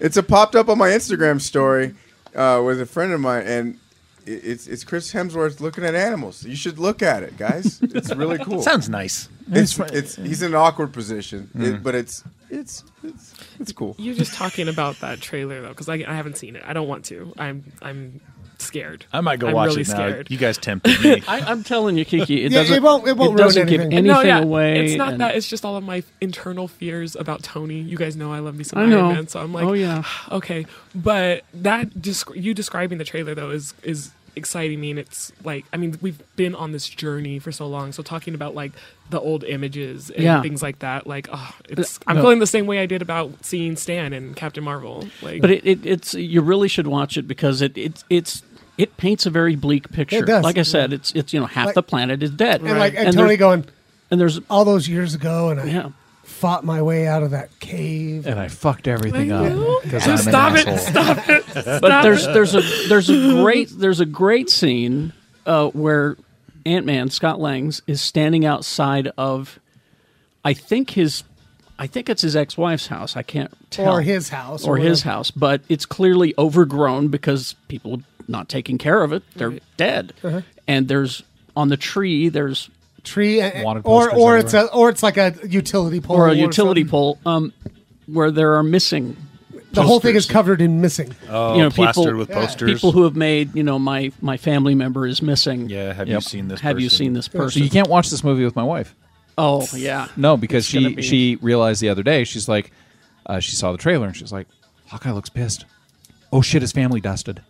It's a popped up on my Instagram story uh, with a friend of mine, and i- it's it's Chris Hemsworth looking at animals. You should look at it, guys. It's really cool. Sounds nice. it's, it's he's in an awkward position, it, but it's it's it's it's cool. You're just talking about that trailer though, because I, I haven't seen it. I don't want to. I'm I'm scared. I might go I'm watch really it now. Scared. You guys tempted me. I, I'm telling you, Kiki, it Yeah, it doesn't. won't- it won't ruin doesn't give anything. anything no, yeah, away. It's not and- that. It's just all of my internal fears about Tony. You guys know I love me some I Iron know. Man, so I'm like, oh yeah, okay. But that desc- you describing the trailer though is is exciting me, and it's like I mean we've been on this journey for so long. So talking about like the old images and Yeah. Uh, things like that, like oh, it's I'm feeling the same way I did about seeing Stan and Captain Marvel. Like, but it, it, it's you really should watch it because it, it it's it paints a very bleak picture. does. Like I said, it's it's you know half Like- the planet is dead, and like and, and Tony there's, going, and there's "All those years ago, and I yeah. fought my way out of that cave." And I fucked everything I know. up. because I'm Stop an it. asshole. Stop it. but there's there's a there's a great there's a great scene uh, where Ant Man Scott Lang's is standing outside of, I think his, I think it's his ex wife's house. I can't tell Or his house, or, or his whatever. house, but it's clearly overgrown because people not taking care of it. They're dead, Uh-huh. and there's on the tree there's Tree, and, Wanted or posters or it's a everywhere. or it's like a utility pole or a utility something. pole um, where there are missing. The whole thing is posters. Uh, covered in missing. Oh, you know, plastered people- with Yeah. posters. People who have made you know my my family member is missing. yeah, have you seen this? Have you person? seen this So person? you can't watch this movie with my wife. Oh yeah. No, because It's gonna she be- she realized the other day she's like, uh, she saw the trailer and she's like, Hawkeye looks pissed. Oh shit, his family dusted.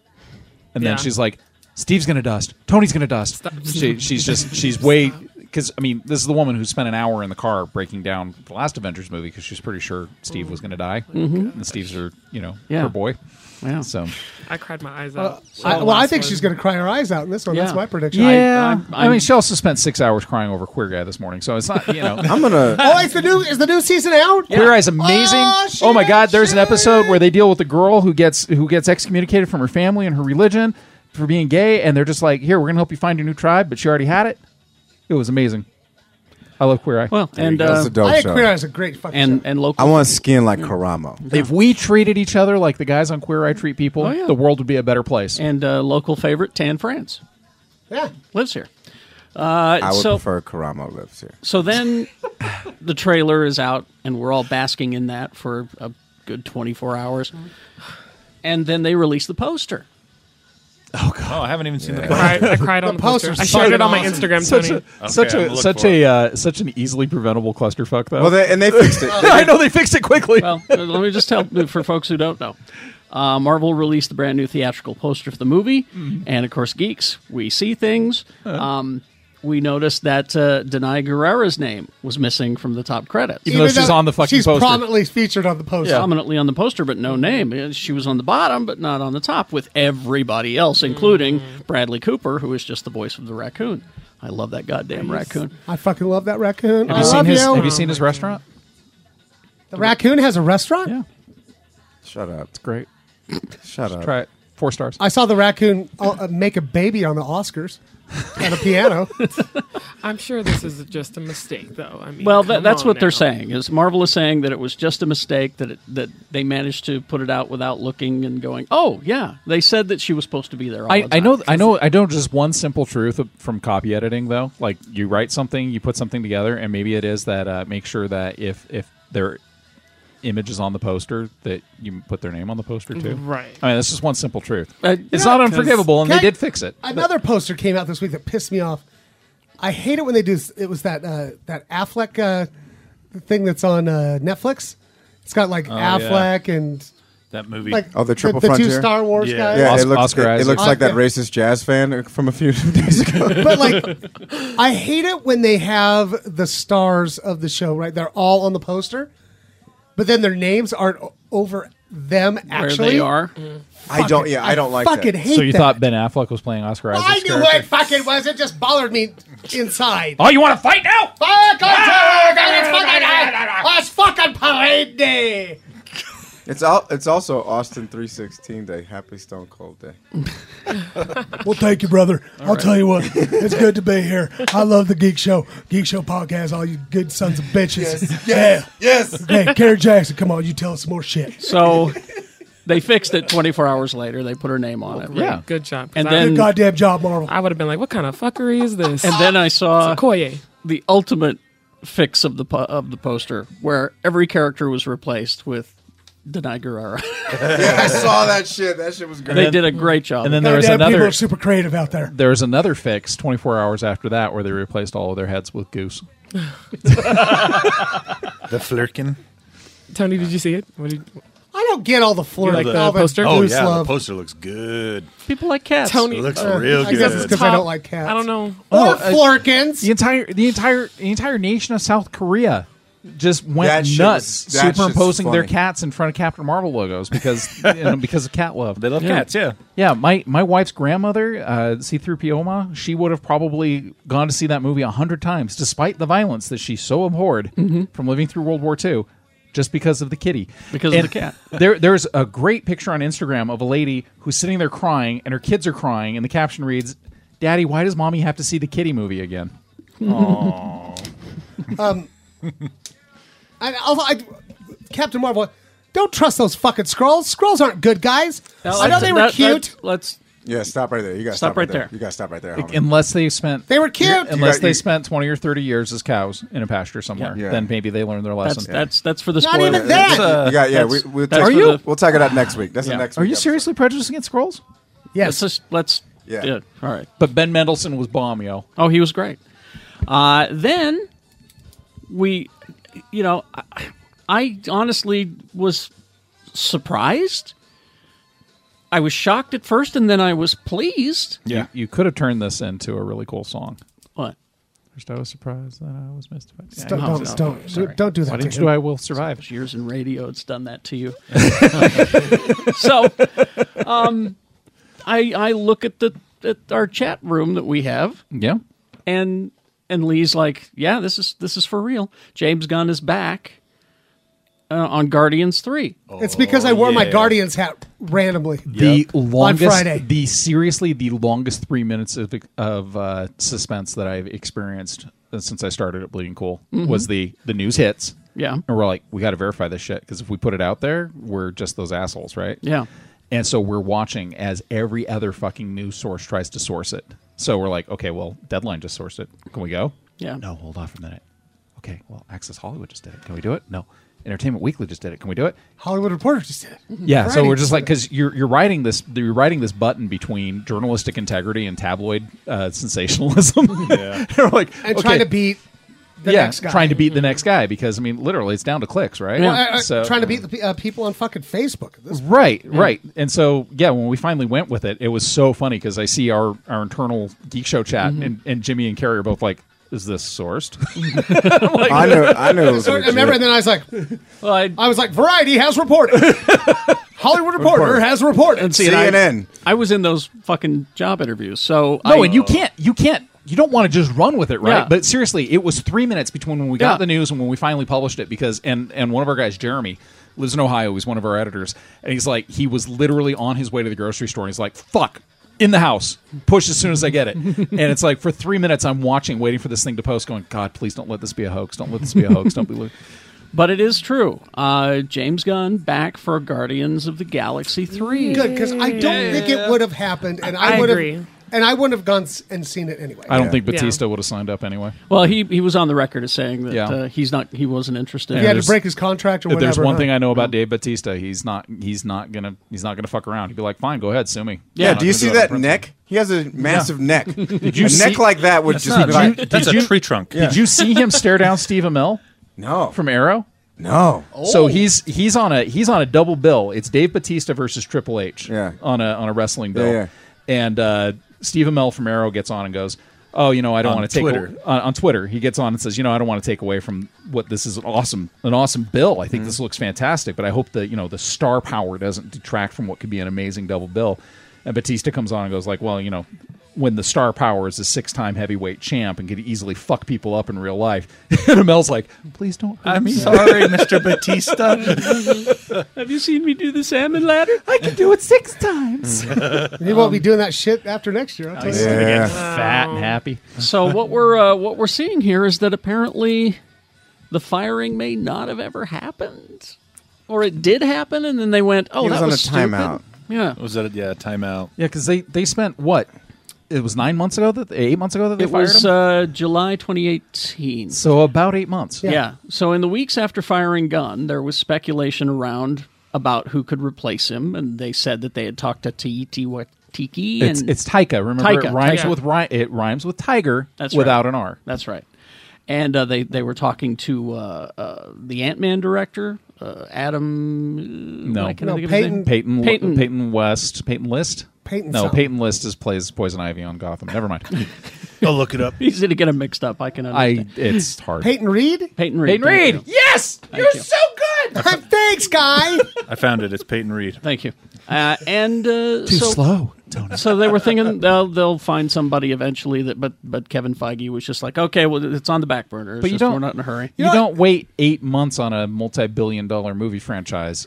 And Yeah. then she's like, Steve's gonna dust. Tony's gonna dust. She, she's just she's way because I mean this is the woman who spent an hour in the car breaking down the last Avengers movie because she's pretty sure Steve was gonna die. Oh And Steve's her you know Mm-hmm. Yeah. Oh. her boy. Yeah. So I cried my eyes out. Uh, I, The well, I last think one. she's going to cry her eyes out in this one. Yeah. That's my prediction. yeah, I- I, I'm- mean she also spent six hours crying over Queer Guy this morning. So it's not you know. I'm gonna. Oh, it's the new is the new season out? Queer Eye's amazing. Oh, Oh, shit, my God, there's an shit. episode where they deal with a girl who gets who gets excommunicated from her family and her religion for being gay, and they're just like, "Here, we're gonna help you find your new tribe," but she already had it. It was amazing. I love Queer Eye. Well, and That's uh, a dope I think show. Queer Eye is a great fucking and show. and I local. want skin like Karamo. if we treated each other like the guys on Queer Eye treat people, Oh, yeah. the world would be a better place. and uh, local favorite Tan France Yeah. lives here. I would so- prefer Karamo lives here. So then the trailer is out and we're all basking in that for Mm-hmm. a good 24 hours. And then they release the poster. Oh god, I haven't even seen the. I cried, I cried on the poster. poster's I shared it on my fucking awesome. Instagram, Such Tony. a such I'm gonna a look such for a uh, such an easily preventable clusterfuck though. Well, Oh, they, and they fixed it. I know they fixed it quickly. well, let me just tell for folks who don't know. Uh, Marvel released the brand new theatrical poster for the movie, and of course, geeks, we see things. Um, we noticed that uh, Denai Guerrera's name was missing from the top credits. Even though she's on the fucking she's poster. prominently featured on the poster. prominently on the poster, but no name. And She was on the bottom, but not on the top, with everybody else, including Bradley Cooper, who is just the voice of the raccoon. I love that goddamn raccoon. I fucking love that raccoon. Have I you seen love his you. Have you seen his restaurant? the raccoon has a restaurant. Yeah, Shut up. great. Shut up. Try it. Four stars. I saw the raccoon uh, uh, make a baby on the Oscars at a piano. I'm sure this is just a mistake, though. I mean, Well, come that, that's on what they're now. saying. Is Marvel is saying that it was just a mistake that it, that they managed to put it out without looking and going, "Oh yeah, they said that she was supposed to be there." All I, the I time." know I know I know just one simple truth of- from copy editing though. Like you write something, you put something together, and maybe it is that uh, make sure that if if their image is on the poster, that you put their name on the poster too. Right. I mean, that's just one simple truth. Uh, it's yeah, not unforgivable, and Can they I- did fix it. Another poster came out this week that pissed me off. I hate it when they do. s- It was that uh, that Affleck uh, thing that's on uh, Netflix. It's got Oh, like yeah. Affleck and That movie. like Oh, the Triple the, two Frontier? Star Wars Yeah. guys. Yeah, Os- it looks, Oscar it- it, Isaac. looks like that Oscar. racist jazz fan from a few days ago. but like I hate it when they have the stars of the show, right? They're all on the poster, but then their names aren't o- over them where actually. mm. they are. I don't. Yeah, I don't like fucking that. hate so you that. thought Ben Affleck was playing Oscar Well, Isaac's I knew character? it fucking was. It just bothered me inside. Oh, you want to fight now? Fuck on It's fucking, it's fucking parade day. It's all. It's also Austin three sixteen day. Happy Stone Cold Day. Well, thank you, brother. I'll tell you what, it's good to be here. I love the Geek Show, Geek Show podcast. All you good sons of bitches. Yes. Yeah. Hey, Carrie Jackson, come on, you tell us some more shit. So they fixed it 24 hours later. They put her name on it. Yeah. Good job. 'cause And I, then- Oh, Good goddamn job, Marvel. I would have been like, "What kind of fuckery is this?" And then uh, I saw Koye. the ultimate fix of the po- of the poster, where every character was replaced with Denai Guerrera. yeah, I saw that shit. That shit was great. they did a great job. And then there was Goddamn, people another. are super creative out there. There was another fix 24 hours after that where they replaced all of their heads with goose. the Flirkin. Tony, did you see it? What did I don't get all the flirt, like the all the poster? goose Oh yeah, love. Uh, the poster looks good. people like cats. It Tony? looks real I guess it's good. because I don't like cats. I don't know. Or uh, florkins. The entire the entire the entire nation of South Korea just went That shit nuts was- that shit's superimposing their funny. cats in front of Captain Marvel logos because you know, because of cat love. They love cats. Yeah. Yeah, my, my wife's grandmother, uh, C-3POMA, she would have probably gone to see that movie a hundred times, despite the violence that she so abhorred Mm-hmm. from living through World War II, just because of the kitty. Because of And the cat. there, there's a great picture on Instagram of a lady who's sitting there crying, and her kids are crying, and the caption reads, "Daddy, why does mommy have to see the kitty movie again?" I, I'll- I, Captain Marvel. Don't trust those fucking scrolls. Scrolls aren't good guys. I know they were That- cute. that- let's Yeah, stop right there. You gotta Stop stop, right there. You gotta stop right there. homie. Unless they spent They were cute. Unless You got- they you- spent twenty or thirty years as cows in a pasture somewhere, Yeah. then maybe they learned their lesson. that's that's that's for the Not spoiler. even that. you got, yeah, we, that's- we'll, that's take- for the- we'll talk it out next week. That's Yeah. the next. Are week you episode. seriously prejudiced against scrolls? Let's yes. just let's Yeah. do it. All right. But Ben Mendelsohn was bomb, yo. Oh, he was great. Uh, then we, you know, I, I honestly was surprised. I was shocked at first, and then I was pleased. Yeah. You could have turned this into a really cool song. What? First, I was surprised, then I was mystified. Yeah, Don't, I know. don't, no, don't, sorry. don't do that. Why to didn't you him. do I Will Survive? Years in radio, it's done that to you. so, um, I I look at the at our chat room that we have, Yeah. and and Lee's like, "Yeah, this is this is for real. James Gunn is back uh, on Guardians 3. Oh. It's because I wore my yeah. Guardian's hat randomly. The On longest, Friday. the seriously, the longest three minutes of, of uh, suspense that I've experienced uh, since I started at Bleeding Cool was the the news hits. Mm-hmm. Yeah. and we're like, we got to verify this shit because if we put it out there, we're just those assholes, right? Yeah. And so we're watching as every other fucking news source tries to source it. So we're like, okay, well, Deadline just sourced it. Can we go? Yeah. No, hold off a minute. Okay, well, Access Hollywood just did it. Can we do it? No. Entertainment Weekly just did it. Can we do it? Hollywood Reporter just did it. Yeah, so Friday. we're just like because you're you're writing this you're writing this button between journalistic integrity and tabloid uh, sensationalism. Yeah, we're like And okay, trying to beat the yeah, next guy. trying to beat the next guy because I mean literally it's down to clicks, right? Well, I- I- So- trying to beat the pe- uh, people on fucking Facebook. at this point. Right, right. And so, yeah, when we finally went with it, it was so funny because I see our, our internal Geek Show chat, Mm-hmm. and, and Jimmy and Carrie are both like, is this sourced? I know. I know. it was So I legit. remember, and then I was like, Well, I, I was like, Variety has reported. Hollywood Reporter has reported. see, and I- CNN. I was in those fucking job interviews. So no, I, and you can't, you can't, you don't want to just run with it, right? Yeah. But seriously, it was three minutes between when we got Yeah. the news and when we finally published it because, and and one of our guys, Jeremy, lives in Ohio. He's one of our editors, and he's like, he was literally on his way to the grocery store. and He's like, fuck. In the house, push as soon as I get it, and it's like for three minutes I'm watching, waiting for this thing to post. Going, God, please don't let this be a hoax. Don't let this be a hoax. Don't be. but it is true. Uh, James Gunn back for Guardians of the Galaxy three. Good because I don't think it would have happened, and I, I would agree. have, and I wouldn't have gone s- and seen it anyway. I don't think Yeah. Batista would have signed up anyway. Well, he he was on the record as saying that Yeah. uh, he's not he wasn't interested. he had to there's- break his contract or If whatever. there's one huh? thing I know about Dave Batista, he's not he's not gonna he's not gonna fuck around. He'd be like, fine, go ahead, sue me. Yeah. I'm not do you gonna see it that on principle. neck? He has a massive neck. Did you a see- neck like that would just be like That's a tree trunk. Did you see him stare down Steve Amell no, from Arrow? no. So he's he's on a he's on a double bill. It's Dave Batista versus Triple H Yeah. on a on a wrestling bill. Yeah, yeah. And uh, Steve Amell from Arrow gets on and goes, "Oh, you know, I don't On want to take Twitter. on, on Twitter." He gets on and says, "You know, I don't want to take away from what this is an awesome an awesome bill. I think Mm-hmm. this looks fantastic, but I hope that you know the star power doesn't detract from what could be an amazing double bill." And Batista comes on and goes like, "Well, you know." When the star power is a six-time heavyweight champ and could easily fuck people up in real life, and Amel's like, "Please don't." hurt I'm me." sorry, Mr. Batista. Have you seen me do the salmon ladder? I can do it six times. he won't Um, be doing that shit after next year. I'll tell you. that. Yeah. Fat and happy. so what we're uh, what we're seeing here is that apparently the firing may not have ever happened, or it did happen, and then they went, "Oh, He that was on was a stupid." timeout. Yeah, was that? Yeah, timeout. Yeah, because they they spent what? It was nine months ago that eight months ago that they it fired was him. uh, July 2018. so about eight months. Yeah. So in the weeks after firing Gunn, there was speculation around about who could replace him, and they said that they had talked to Taiti Watiki. It's, and it's Taika. Remember, it Taika, rhymes Taika. with ri- it rhymes with tiger That's right. without an R. That's right. And uh, they they were talking to uh, uh, the Ant Man director, uh, Adam. uh, No. I can't No, think of his name. Peyton- Peyton, Peyton. Peyton West Peyton List Peyton no something. Peyton List is plays Poison Ivy on Gotham. Never mind. Go look it up. He's gonna get him mixed up. I can I understand. it's hard. Peyton Reed. Peyton Reed. Peyton Reed! Yes, you're so. Thanks, guy. I found it. It's Peyton Reed. Thank you. Uh, and uh, so, slow. Don't so they were thinking they'll they'll find somebody eventually. That but but Kevin Feige was just like, okay, well it's on the back burner. It's But you just, don't- we're not in a hurry. you don't wait eight months on a multi-billion-dollar movie franchise.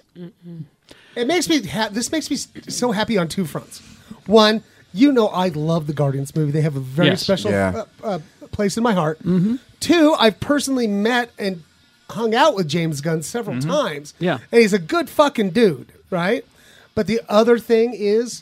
it makes me. Ha- this makes me s- so happy on two fronts. One, you know, I love the Guardians movie. They have a very Yes. special Yeah. uh, uh, place in my heart. Mm-hmm. Two, I've personally met and hung out with James Gunn several times. Mm-hmm. Yeah. and he's a good fucking dude, right? But the other thing is,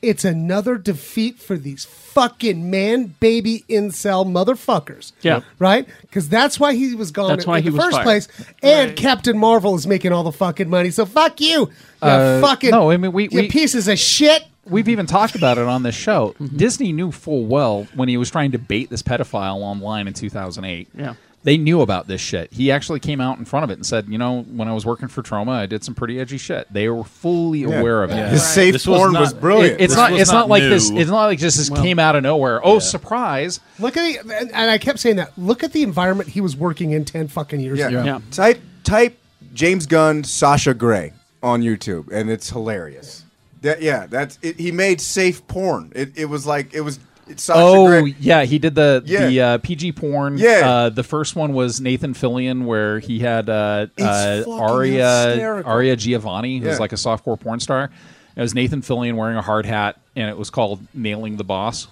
it's another defeat for these fucking man baby incel motherfuckers. Yeah. Yep. right. Because that's why he was gone. That's in- why in he the was first fired. place. And Captain Marvel is making all the fucking money. So fuck you. You fucking Uh, no, I mean, we- you we- pieces of shit. We've even talked about it on this show. Disney knew full well when he was trying to bait this pedophile online in 2008. Yeah. They knew about this shit. He actually came out in front of it and said, "You know, when I was working for Trauma, I did some pretty edgy shit." They were fully aware of it. His safe This was porn not- was, brilliant. It's This not. was It's not, not like new. this. It's not like this. Just came out of nowhere. Oh, surprise! Look at the, and, and I kept saying that. Look at the environment he was working in ten fucking years Yeah. ago. Yeah. Type type James Gunn Sasha Grey on YouTube, and it's hilarious. That yeah, that's it, he made safe porn. It, it was like it was it's Sasha oh Grey. yeah, he did the Yeah. the uh, PG porn. Yeah. uh, the first one was Nathan Fillion, where he had uh, It's uh, fucking Aria hysterical. Aria Giovanni, who's Yeah. like a softcore porn star. It was Nathan Fillion wearing a hard hat, and it was called "Nailing the Boss."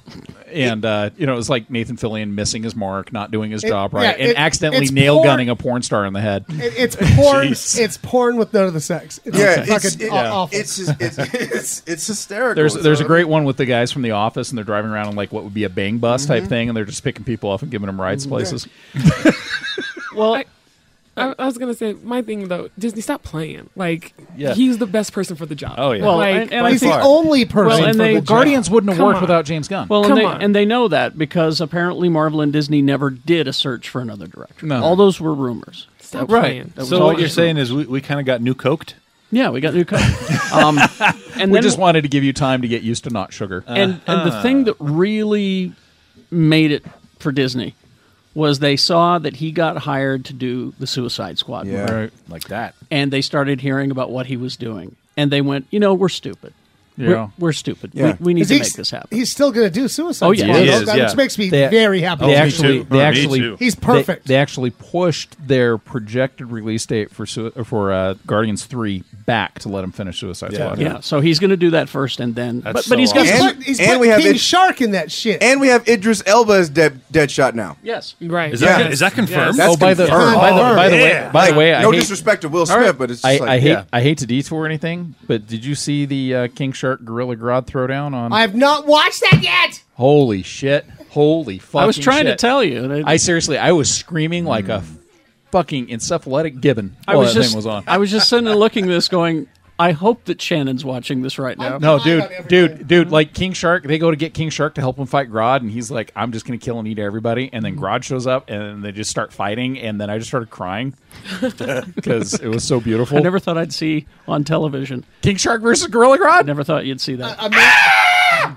And uh, you know, it was like Nathan Fillion missing his mark, not doing his It- job yeah, right, and it- accidentally it's nail porn. gunning a porn star in the head. It- it's porn. Jeez. It's porn with none of the sex. It's Yeah, fucking it's, it- aw- awful. it's, just- it's, it's it's hysterical. There's It's there's a hilarious. great one with the guys from the office, and they're driving around on like what would be a bang bus type thing, and they're just picking people up and giving them rides places. Well, I, I, I was gonna say my thing though. Disney, stop playing. Like Yeah. he's the best person for the job. Oh, yeah. Well, like, and, and I He's think, the only person Well, and for they- the job. Guardians wouldn't have Come worked on. without James Gunn. well, and Come they, on. and they know that because apparently Marvel and Disney never did a search for another director. No. All those were rumors. stop playing. That was So all what you're true. saying is we, we kind of got new coked. Yeah, we got new cover. um, and we then just wanted to give you time to get used to not sugar. and, and the thing that really made it for Disney was they saw that he got hired to do the Suicide Squad Yeah. movie, right. Like that. and they started hearing about what he was doing, and they went, you know, we're stupid. Yeah. We're, we're stupid. Yeah. We, we need Is to he make s- this happen. He's still going to do Suicide Oh, yeah. Oh, Squad, He though, is, that- yeah. which makes me They- Oh, very happy. They me actually, too. they Me actually, too. He's they- perfect. They, actually pushed their projected release date for Sui- or for uh, Guardians Three back to let him finish Suicide Squad. yeah, so he's going to do that first, and then but, That's but so he's got he's And- put, he's and put we have King it- Shark in that shit. And we have Idris Elba as dead Deadshot now. yes, Right. Is that Yeah. is that confirmed? That's oh, by the, confirmed. by the by the way, Yeah. by the way, I no hate, disrespect to Will Smith, but it's I, just like, I hate yeah. I hate to detour anything, but did you see the uh, King Shark Gorilla Grodd throwdown on? I have not watched that yet. holy shit! Holy fucking! I was trying to shit. tell you. that- I seriously, I was screaming like a Mm. fucking encephalitic gibbon. I while was that just thing was on. I was just sitting and looking at this, going, I hope that Shannon's watching this right now. No, I dude, got everything. dude, dude. Like King Shark, they go to get King Shark to help him fight Grodd, and he's like, "I'm just gonna kill and eat everybody." And then Mm. Grodd shows up, and they just start fighting, and then I just started crying because it was so beautiful. I never thought I'd see on television. King Shark versus Gorilla Grodd. I never thought you'd see that. A man,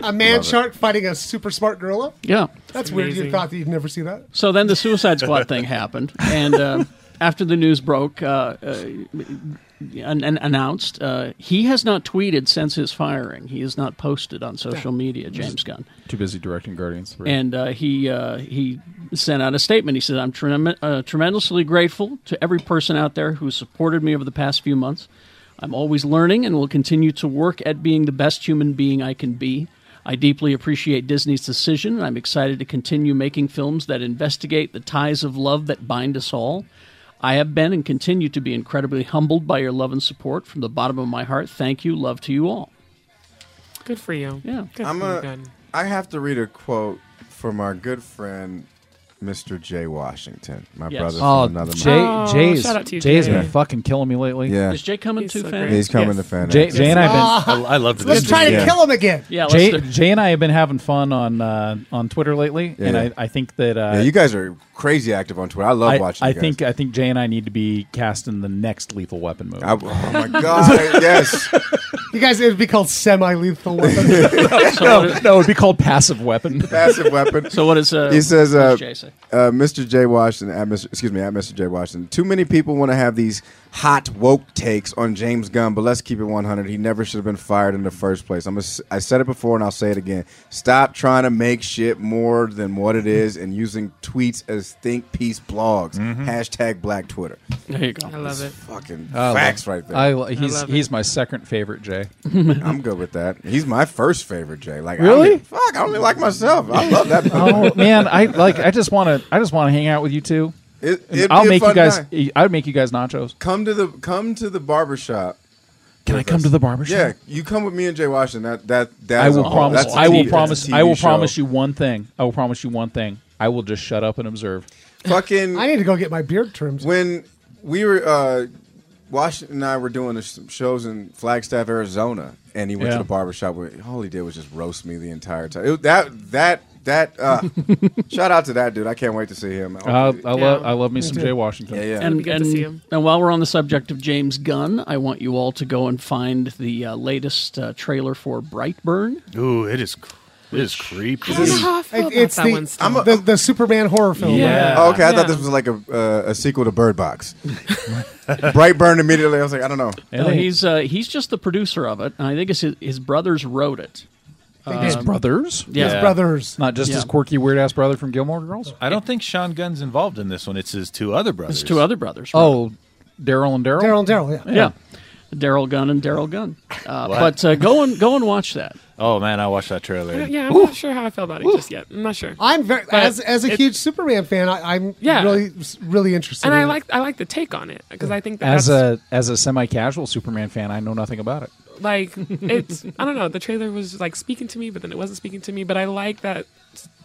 a man shark fighting a super smart gorilla. yeah. That's weird. You Amazing. thought that you'd never see that. So then the Suicide Squad thing happened, and uh, after the news broke, uh, uh, and, and announced uh, he has not tweeted since his firing. He has not posted on social media. James Gunn. Too busy directing Guardians Three. and uh, he uh, he sent out a statement. He said, "I'm trem- uh, tremendously grateful to every person out there who supported me over the past few months. I'm always learning and will continue to work at being the best human being I can be. I deeply appreciate Disney's decision, and I'm excited to continue making films that investigate the ties of love that bind us all." I have been and continue to be incredibly humbled by your love and support. From the bottom of my heart, thank you. Love to you all. Good for you. Yeah. Good I'm for you, a, Ben. I have to read a quote from our good friend, Mr. Jay Washington, my Yes. brother from oh, another. Jay, mother. Oh, Jay's shout out to you, Jay's Jay. been fucking killing me lately. Yeah, Is Jay coming He's too, so Fan? great. he's coming Yes. to fan. Jay, X. Jay and I've been I, I love this. Let's try to Yeah. kill him again. Yeah, let's Jay, do- Jay and I have been having fun on uh, on Twitter lately, Yeah, and yeah. I, I think that uh, Yeah, you guys are crazy active on Twitter. I love I, watching. I you guys. think I think Jay and I need to be cast in the next Lethal Weapon movie. I, oh my god! yes, You guys, it would be called semi-lethal weapon. no, no, it'd be called Passive Weapon. passive weapon. So what is uh, he says, what does uh, Jay say? uh, "Mr. Jay Washington, at Mr. excuse me, at Mr. Jay Washington. Too many people want to have these hot woke takes on James Gunn, but let's keep it 100. He never should have been fired in the first place. I'm a, I said it before, and I'll say it again. Stop trying to make shit more than what it is, and using tweets as think piece blogs. Hashtag Black Twitter. There you go. I love it. Fucking Mm-hmm. I love- facts right there. I, lo- he's love it. he's my second favorite Jay. I'm good with that. He's my first favorite Jay. Like I Really? don't, even- fuck, I don't even like myself. I love that. Oh man, I like I just want to I just want to hang out with you two. It- And it'd I'll be a make you fun guys. time. I would make you guys nachos. Come to the come to the barbershop. Can I come to the barber shop? Yeah, you come with me and Jay Washington. That that that I is will a whole- promise. that's a I will TV promise. that's a I TV will show. promise you one thing. I will promise you one thing. I will just shut up and observe. Fucking I need to go get my beard trimmed. when we were uh, Washington and I were doing the sh- shows in Flagstaff, Arizona, and he went Yeah. to the barbershop where all he did was just roast me the entire time. It- that that that uh, shout out to that dude. I can't wait to see him. Uh, I love. Yeah. I love me some Jay Washington. yeah, yeah. It'll be good to see him. and while we're on the subject of James Gunn, I want you all to go and find the uh, latest uh, trailer for Brightburn. Ooh, it is. cr- It is creepy. I don't know how I feel It- about it's that the, one still. I'm a- the the Superman horror film. Yeah. Oh, okay, I Yeah. thought this was like a uh, a sequel to Bird Box. Bright burned immediately. I was like, I don't know. And No, they- he's uh, he's just the producer of it, and I think it's his, his brothers wrote it. his brothers. Oh, Yeah, Yeah. Brothers. Not just Yeah. his quirky weird ass brother from Gilmore Girls. I don't think Sean Gunn's involved in this one. It's his two other brothers. his two other brothers. wrote Oh, Daryl and Daryl. Daryl and Daryl. Yeah. it. yeah, Daryl Gunn and Daryl Gunn. Uh, but uh, go and go and watch that. Oh man, I watched that trailer. yeah, I'm not sure how I feel about it just yet. I'm not sure. I'm very as as a huge Superman fan. I, I'm Yeah. really really interested. and in I it. like I like the take on it because I think that As that's, a as a semi casual Superman fan, I know nothing about it. Like it's I don't know. The trailer was like speaking to me, but then it wasn't speaking to me. But I like that.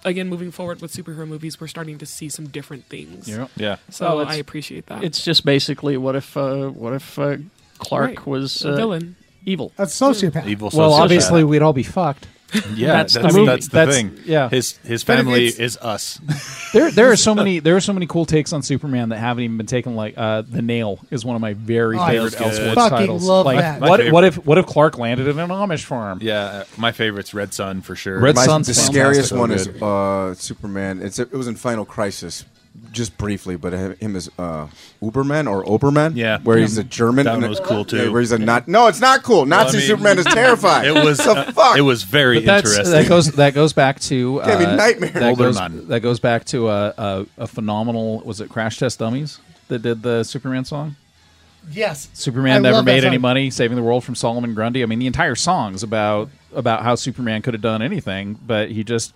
Again, moving forward with superhero movies, we're starting to see some different things. Yeah. So Well, it's- I appreciate Ah. that. It's just basically what if uh, what if uh, Clark Right. was a uh, villain. evil? A sociopath. Evil. Well, sociopath. obviously we'd all be fucked. Yeah, That's that's the that's the, movie. That's- thing. yeah. his his But if family it's- is us. There, there are so many. There are so many cool takes on Superman that haven't even been taken. Like uh, the nail is one of my very Oh, I favorite fucking Elseworlds love titles. that. like, My- my what, favorite. what if what if Clark landed in an Amish farm? yeah, uh, my favorite's Red Sun for sure. Red My, Sun's the fantastic. scariest one So is good. uh, Superman. It's it was in Final Crisis, just briefly, but hi- him as uh, Uberman or Oberman. Yeah. where he's a German. That and one a- was cool, too. yeah, where he's a not. No, it's not cool. Nazi I mean- Superman is terrifying. It was the uh, fuck. It was very But that's, interesting. that goes that goes back to Gave me uh, nightmares. That goes, Olderman. that goes back to a, a, a phenomenal was it Crash Test Dummies that did the Superman song. Yes. Superman I never love that made any song. money saving the world from Solomon Grundy. I mean, the entire song's about about how Superman could have done anything, but he just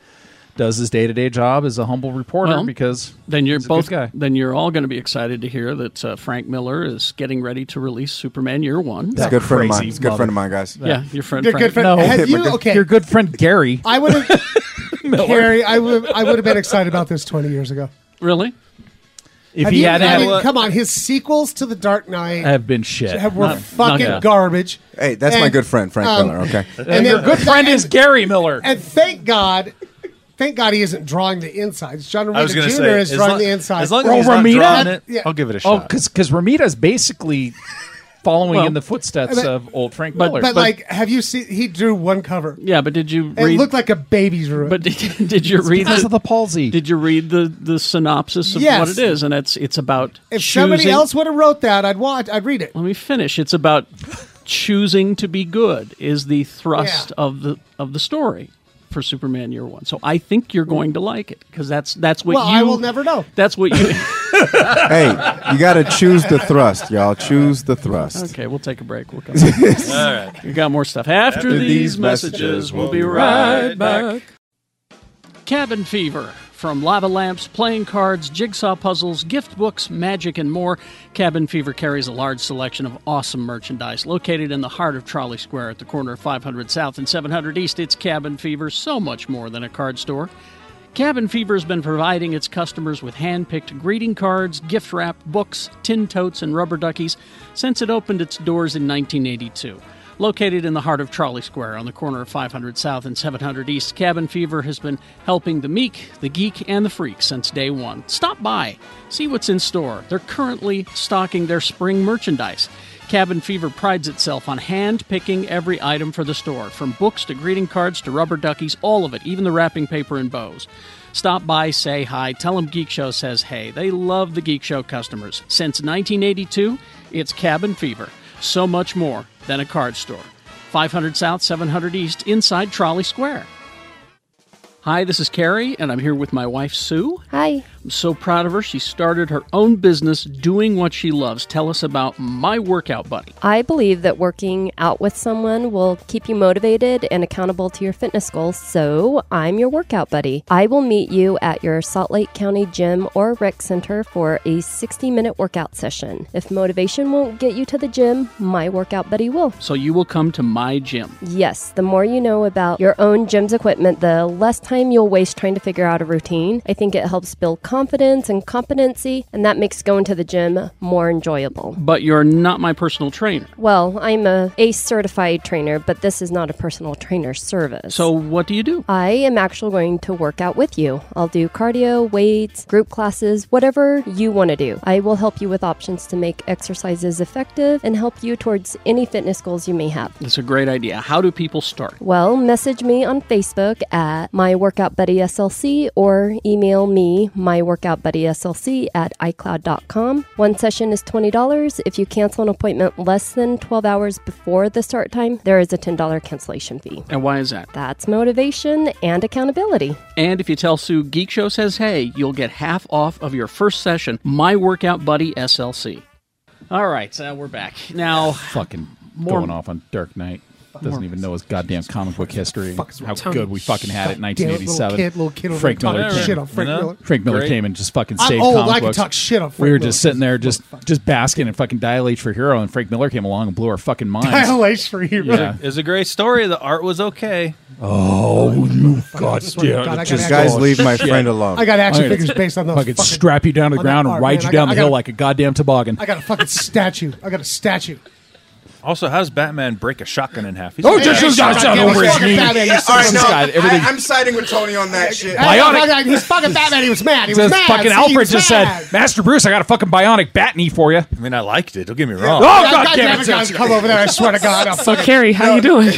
does his day to day job as a humble reporter Well, because Then you're he's a both. good guy. Then you're all going to be excited to hear that uh, Frank Miller is getting ready to release Superman Year One. He's a good friend of mine. crazy He's a good friend of mine, guys. yeah, your friend. Your Frank. good friend. No. Had you, Your okay. Your good friend Gary. I would have. Carrie, I would. I would have been excited about this twenty years ago. Really? If Have he you- had Uh, I had mean, a- come on, his sequels to The Dark Knight have been shit. have, were not- fucking not good. garbage. Hey, that's my And, good friend Frank um, Miller. Okay, And they're good. friend is Gary Miller. And thank God, thank God he isn't drawing the insides. John I was Romita going Jr. to say is as drawing long, the insides. as long as Well, he's not Ramita? drawing it, Yeah. I'll give it a oh, shot. because because Ramita's basically following Well, in the footsteps but- of old Frank but- Miller. but, like, have you seen? He drew one cover. Yeah, but did you It read? looked like a baby's room. but did, did you read because the, of the palsy. Did you read the the synopsis of what Yes. it is? And it's it's about if somebody choosing- else would have wrote that, I'd watch. I'd read it. Let me finish. It's about choosing to be good is the thrust Yeah. of the of the story for Superman Year One. So I think you're going to like it because that's that's what Well, you I will never know. That's what you. hey, you got to choose the thrust, y'all. Choose the thrust. okay, we'll take a break. We'll come. Back. All right. We got more stuff after, After these, these messages. messages, We'll we'll be be right, right back. back. Cabin Fever. From lava lamps, playing cards, jigsaw puzzles, gift books, magic, and more, Cabin Fever carries a large selection of awesome merchandise. Located in the heart of Trolley Square at the corner of 500 South and 700 East, it's Cabin Fever, so much more than a card store. Cabin Fever has been providing its customers with hand picked greeting cards, gift wrap, books, tin totes, and rubber duckies since it opened its doors in 1982. Located in the heart of Charlie Square on the corner of 500 South and 700 East, Cabin Fever has been helping the meek, the geek, and the freak since day one. Stop by, see what's in store. They're currently stocking their spring merchandise. Cabin Fever prides itself on hand picking every item for the store, from books to greeting cards to rubber duckies, all of it, even the wrapping paper and bows. Stop by, say hi, tell them Geek Show says hey. They love the Geek Show customers. Since 1982, it's Cabin Fever. So much more than a card store. 500 South, 700 East, inside Trolley Square. Hi, this is Carrie, and I'm here with my wife, Sue. Hi. I'm so proud of her. She started her own business doing what she loves. Tell us about My Workout Buddy. I believe that working out with someone will keep you motivated and accountable to your fitness goals, so I'm your workout buddy. I will meet you at your Salt Lake County gym or rec center for a 60 minute workout session. If motivation won't get you to the gym, my workout buddy will. So you will come to my gym. Yes, the more you know about your own gym's equipment, the less time you'll waste trying to figure out a routine. I think it helps build confidence and competency, and that makes going to the gym more enjoyable. But you're not my personal trainer. Well, I'm a ACE certified trainer, but this is not a personal trainer service. So what do you do? I am actually going to work out with you. I'll do cardio, weights, group classes, whatever you want to do. I will help you with options to make exercises effective and help you towards any fitness goals you may have. It's a great idea. How do people start? Well, message me on Facebook at my workout buddy SLC or email me my workout buddy SLC at iCloud.com. One session is $20. If you cancel an appointment less than 12 hours before the start time, there is a $10 cancellation fee. And why is that? That's motivation and accountability. And if you tell Sue Geek Show says hey, you'll get half off of your first session, My Workout Buddy SLC. All right, so we're back. Now, fucking More- going off on Dark Knight. doesn't even know his goddamn comic book history. fuck is wrong How with good we fucking had it in Damn it, little 1987. kid, little kid over Frank there Miller. talking came- shit on Frank You know? Miller. Frank Miller Great. came and just fucking I'm saved old, comic I can books. talk shit on we Frank were Miller. just sitting there, just just basking in fucking dilate for hero, and Frank Miller came along and blew our fucking minds. Dilation for you. Yeah. It was a great story. The art was okay. God, yeah, I got it's just action- Guys, leave my friend alone. I got action I'm figures gonna based on those. fucking fucking- strap you down to the on that ground and art, ride man. you I down got- the I hill got- like a goddamn toboggan. I got a fucking statue. I got a statue. Also, how's Batman break a shotgun in half? He's Oh, like, just "Hey, just shut just up, over give us his fucking knee. Batman, you All right, This no, guy, everything. I, am siding with Tony on that shit. I- Hey, Bionic. He's fucking Batman. He was mad. He was This mad. fucking See, he Alfred was just mad. said, "Master Bruce, I got a fucking bionic bat knee for you." I mean, I liked it. Don't get me wrong. Oh God, god damn it! guys, come over there. I swear to God. I'll So fucking- Oh, Carrie, how you doing?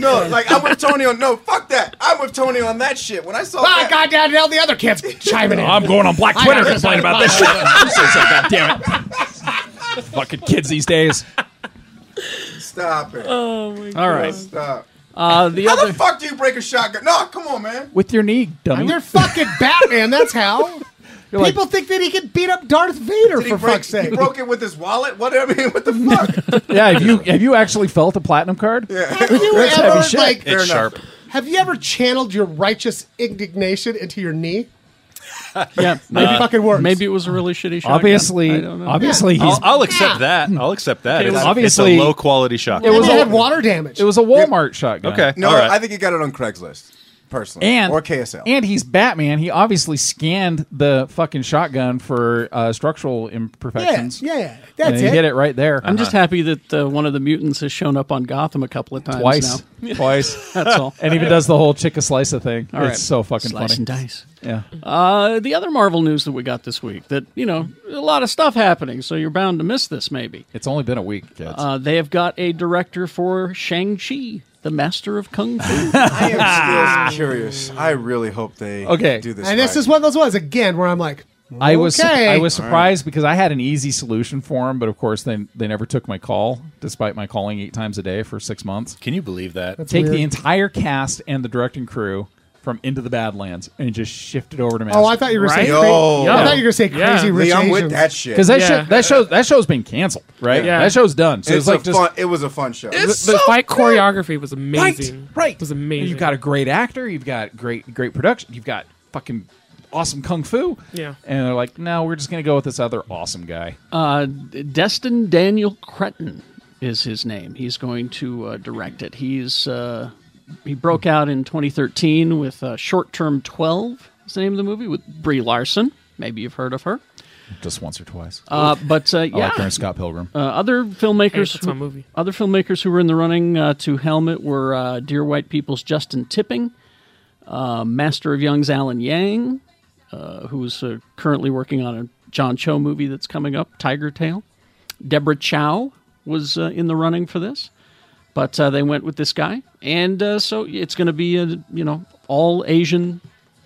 no, like I'm with Tony on. No, fuck that. I'm with Tony on that shit. When I saw Ah, that, God damn it. All the other kids chiming in. I'm going on Black I Twitter got to this complain on about the this shit. I'm so sorry, God damn it. Fucking kids these days. stop it. Oh. All right. stop. Uh, the How other the fuck do you break a shotgun? No, come on, man. With your knee, dummy. They're fucking Batman. That's how. like- People think that he could beat up Darth Vader, Did he for break- fuck's sake. He broke it with his wallet. What I mean, what the fuck? Yeah, have you have you actually felt a platinum card? Have you That's ever, heavy shit. like, Fair it's enough. sharp. have you ever channeled your righteous indignation into your knee? yeah, It uh, fucking works. maybe it was a really shitty shotgun. I Obviously, don't know. obviously he's. I'll, I'll accept that. I'll accept that. Okay, It's, well, obviously- it's a low quality shotgun. Maybe was it a- had water damage. It was a Walmart shotgun. okay. No, all right. I think he got it on Craigslist, personally, And or KSL. And he's Batman. He obviously scanned the fucking shotgun for uh, structural yeah, imperfections. yeah, yeah. And That's he it. hit it right there. I'm just happy that uh, one of the mutants has shown up on Gotham a couple of times Uh-huh. twice, now. twice, That's all. and even does the whole chick a slice of thing. All right. It's so fucking Slice funny. and dice. Yeah. Uh, the other Marvel news that we got this week that, you know, a lot of stuff happening, so you're bound to miss this maybe. It's only been a week, kids. Uh, they have got a director for Shang-Chi, the master of Kung Fu. I am still curious. I really hope they Okay. do this. And this right. is one of those ones, again, where I'm like, I was okay. I was surprised because I had an easy solution for him, but of course they they never took my call, despite my calling eight times a day for six months. Can you believe that? Take the weird. entire cast and the directing crew from Into the Badlands and just shift it over to Master. Oh, I thought you were Right? saying. cra- Yo. Yeah. I thought you were going to say Yeah. crazy rich Lee, I'm with Asians. that shit. because that Yeah. show's that show that show's been canceled, right? Yeah. That show's done. So it's, it's, like a just fun. It was a fun show. the so fight good. choreography was right, amazing. right. It was amazing. You've got a great actor. You've got great great production. You've got fucking awesome kung fu. Yeah. and they're like, no, we're just gonna go with this other awesome guy. Uh, Destin Daniel Cretton is his name. He's going to uh, direct it. He's uh, he broke out in 2013 with uh, Short Term 12. Is the name of the movie with Brie Larson. Maybe you've heard of her. just once or twice. Uh, but uh, I yeah, like her and Scott Pilgrim. uh, other Hey, filmmakers, that's my movie. other filmmakers who were in the running uh, to helm it were uh, Dear White People's Justin Tipping, uh, Master of Young's Alan Yang, uh, who's uh, currently working on a John Cho movie that's coming up, Tiger Tail. Deborah Chow was uh, in the running for this, but uh, they went with this guy, and uh, so it's going to be a you know all Asian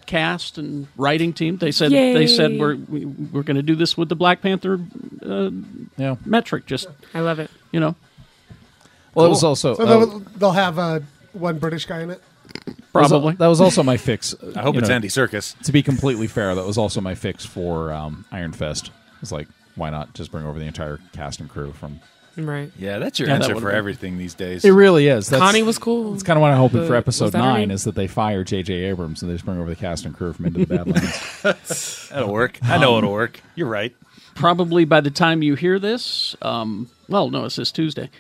cast and writing team. They said they Yay. said we're we, we're going to do this with the Black Panther yeah. metric, just I love it. you know. Well, it was also So Oh. they'll, they'll have uh, one British guy in it. Probably. that was also my fix. I hope you it's know, Andy Circus. To be completely fair, that was also my fix for um, Iron Fist. It's like, why not just bring over the entire cast and crew from? Right. Yeah, that's your Yeah, that answer would've for been- everything these days. It really is. That's, Connie was cool. That's kind of what I'm hoping The- for was episode that her nine name? is that they fire J.J. Abrams and they just bring over the cast and crew from Into the Badlands. That'll work. I know it'll work. You're right. probably by the time you hear this, um, well, no, it's this Tuesday.